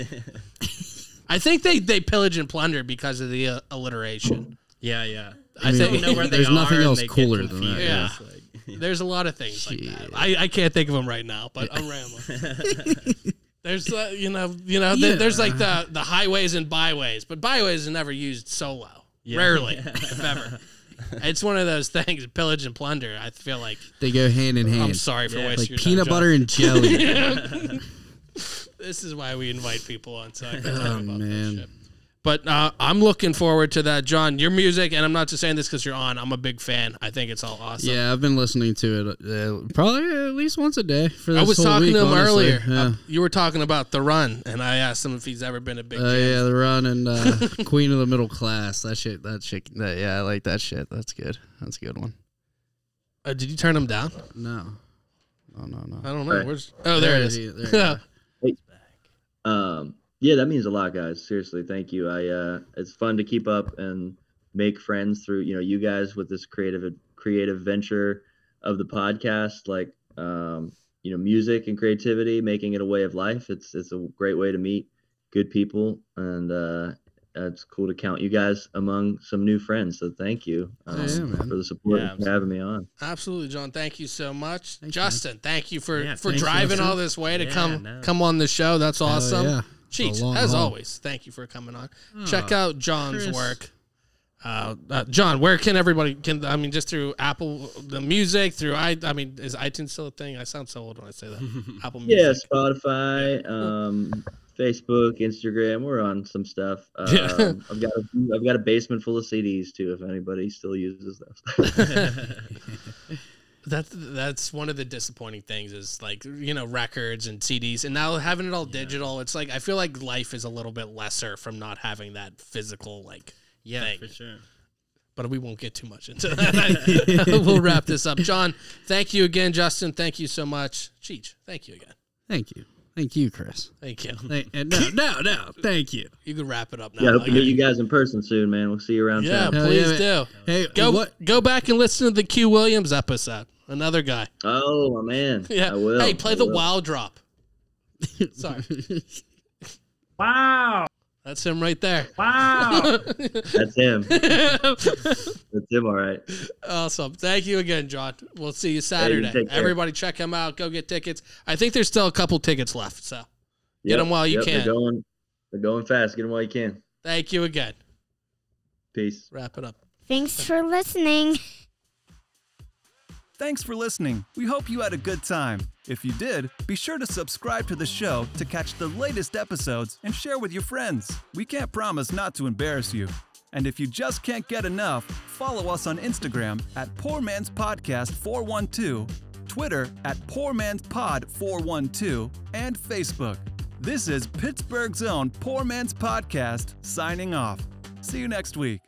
Speaker 2: I think they they pillage and plunder because of the uh, alliteration.
Speaker 9: Yeah, yeah.
Speaker 2: I,
Speaker 7: mean,
Speaker 2: think
Speaker 9: Don't know where they
Speaker 7: There's
Speaker 9: are
Speaker 7: nothing
Speaker 9: and
Speaker 7: else
Speaker 9: they get
Speaker 7: cooler than that,
Speaker 2: yeah.
Speaker 9: confused, like-
Speaker 2: there's a lot of things like that. I, I can't think of them right now, but I'm rambling. there's uh, you know you know th- there's like the the highways and byways, but byways is never used solo. Rarely, if ever. It's one of those things, pillage and plunder. I feel like
Speaker 1: They go hand in
Speaker 2: I'm
Speaker 1: hand.
Speaker 2: sorry for
Speaker 9: Yeah.
Speaker 2: wasting
Speaker 1: like
Speaker 2: your
Speaker 1: peanut
Speaker 2: time, John.
Speaker 1: butter and jelly.
Speaker 2: This is why we invite people on so I can talk
Speaker 1: oh
Speaker 2: about this shit.
Speaker 1: man.
Speaker 2: But uh, I'm looking forward to that, John. Your music, and I'm not just saying this because you're on. I'm a big fan. I think it's all awesome.
Speaker 1: Yeah, I've been listening to it uh, probably at least once a day for this
Speaker 2: I was
Speaker 1: whole
Speaker 2: talking
Speaker 1: week,
Speaker 2: to him
Speaker 1: honestly.
Speaker 2: earlier.
Speaker 1: Yeah.
Speaker 2: Uh, you were talking about the run, and I asked him if he's ever been a big.
Speaker 1: Oh
Speaker 2: fan.
Speaker 1: yeah, the run and uh, Queen of the Middle Class. That shit.
Speaker 7: That chick. That, yeah, I like that shit. That's good. That's a good one.
Speaker 2: Uh, did you turn him down?
Speaker 1: No.
Speaker 7: No, no, no.
Speaker 2: I don't know.
Speaker 6: Right.
Speaker 2: Where's? Oh, there, it is.
Speaker 1: you- there you are.
Speaker 6: Um, yeah, that means a lot, guys. Seriously, thank you. I uh, it's fun to keep up and make friends through you know you guys with this creative creative venture of the podcast, like um, you know music and creativity, making it a way of life. It's it's a great way to meet good people, and uh, it's cool to count you guys among some new friends. So thank you um,
Speaker 1: Yeah, man.
Speaker 6: for the support
Speaker 9: Yeah,
Speaker 6: and for having me on.
Speaker 2: Absolutely, John. Thank you so much,
Speaker 1: Thanks,
Speaker 2: Justin. Thank you for
Speaker 9: Yeah,
Speaker 2: for
Speaker 9: thanks,
Speaker 2: driving
Speaker 9: Justin.
Speaker 2: all this way to
Speaker 9: Yeah,
Speaker 2: come
Speaker 9: no.
Speaker 2: come on the show. That's
Speaker 1: Hell
Speaker 2: awesome.
Speaker 1: Oh, yeah.
Speaker 2: Jeez,
Speaker 1: A long
Speaker 2: as
Speaker 1: haul. Hmm.
Speaker 2: always, thank you for coming on. Check out John's
Speaker 1: Chris.
Speaker 2: work. Uh, uh, John, where can everybody can I mean just through Apple the music through i I mean is iTunes still a thing? I sound so old when I say that. Apple Music.
Speaker 6: Yeah, Spotify, um, Facebook, Instagram. We're on some stuff. Um,
Speaker 2: Yeah.
Speaker 6: I've got a, I've got a basement full of CDs too. If anybody still uses those,
Speaker 2: That's that's one of the disappointing things is like you know records and CDs and now having it all digital. It's like I feel like life is a little bit lesser from not having that physical like.
Speaker 9: Yeah,
Speaker 2: thing.
Speaker 9: for sure.
Speaker 2: But we won't get too much into that. we'll wrap this up, John. Thank you again, Justin. Thank you so much, Cheech. Thank you again.
Speaker 1: Thank you. Thank you, Chris.
Speaker 2: Thank uh, you.
Speaker 1: Thank, and no, no, no. Thank you.
Speaker 2: You can wrap it up now.
Speaker 6: yeah, hope to
Speaker 2: Like,
Speaker 6: meet you guys in person soon, man. We'll see you around
Speaker 2: yeah,
Speaker 6: town.
Speaker 1: Hell
Speaker 2: please
Speaker 1: yeah,
Speaker 2: do.
Speaker 1: Hey,
Speaker 2: Go
Speaker 1: what?
Speaker 2: go back and listen to the Q Williams episode. Another guy.
Speaker 6: Oh my man,
Speaker 2: Yeah.
Speaker 6: I will.
Speaker 2: Hey, play
Speaker 6: I
Speaker 2: the
Speaker 6: will.
Speaker 2: wild drop. Sorry.
Speaker 3: Wow.
Speaker 2: That's him right there.
Speaker 3: Wow.
Speaker 6: That's him. That's him. All right.
Speaker 2: Awesome. Thank you again, John. We'll see you Saturday.
Speaker 6: take care.
Speaker 2: Everybody check him out. Go get tickets. I think there's still a couple tickets left. So Get 'em while you can.
Speaker 6: They're going. They're going fast. Get them while you can.
Speaker 2: thank you again.
Speaker 6: Peace.
Speaker 2: Wrap it up.
Speaker 10: Thanks for listening.
Speaker 11: Thanks for listening. We hope you had a good time. If you did, be sure to subscribe to the show to catch the latest episodes and share with your friends. We can't promise not to embarrass you. And if you just can't get enough, follow us on Instagram at Poor Man's Podcast 412, Twitter at Poor Man's Pod 412, and Facebook. This is Pittsburgh's own Poor Man's Podcast signing off. See you next week.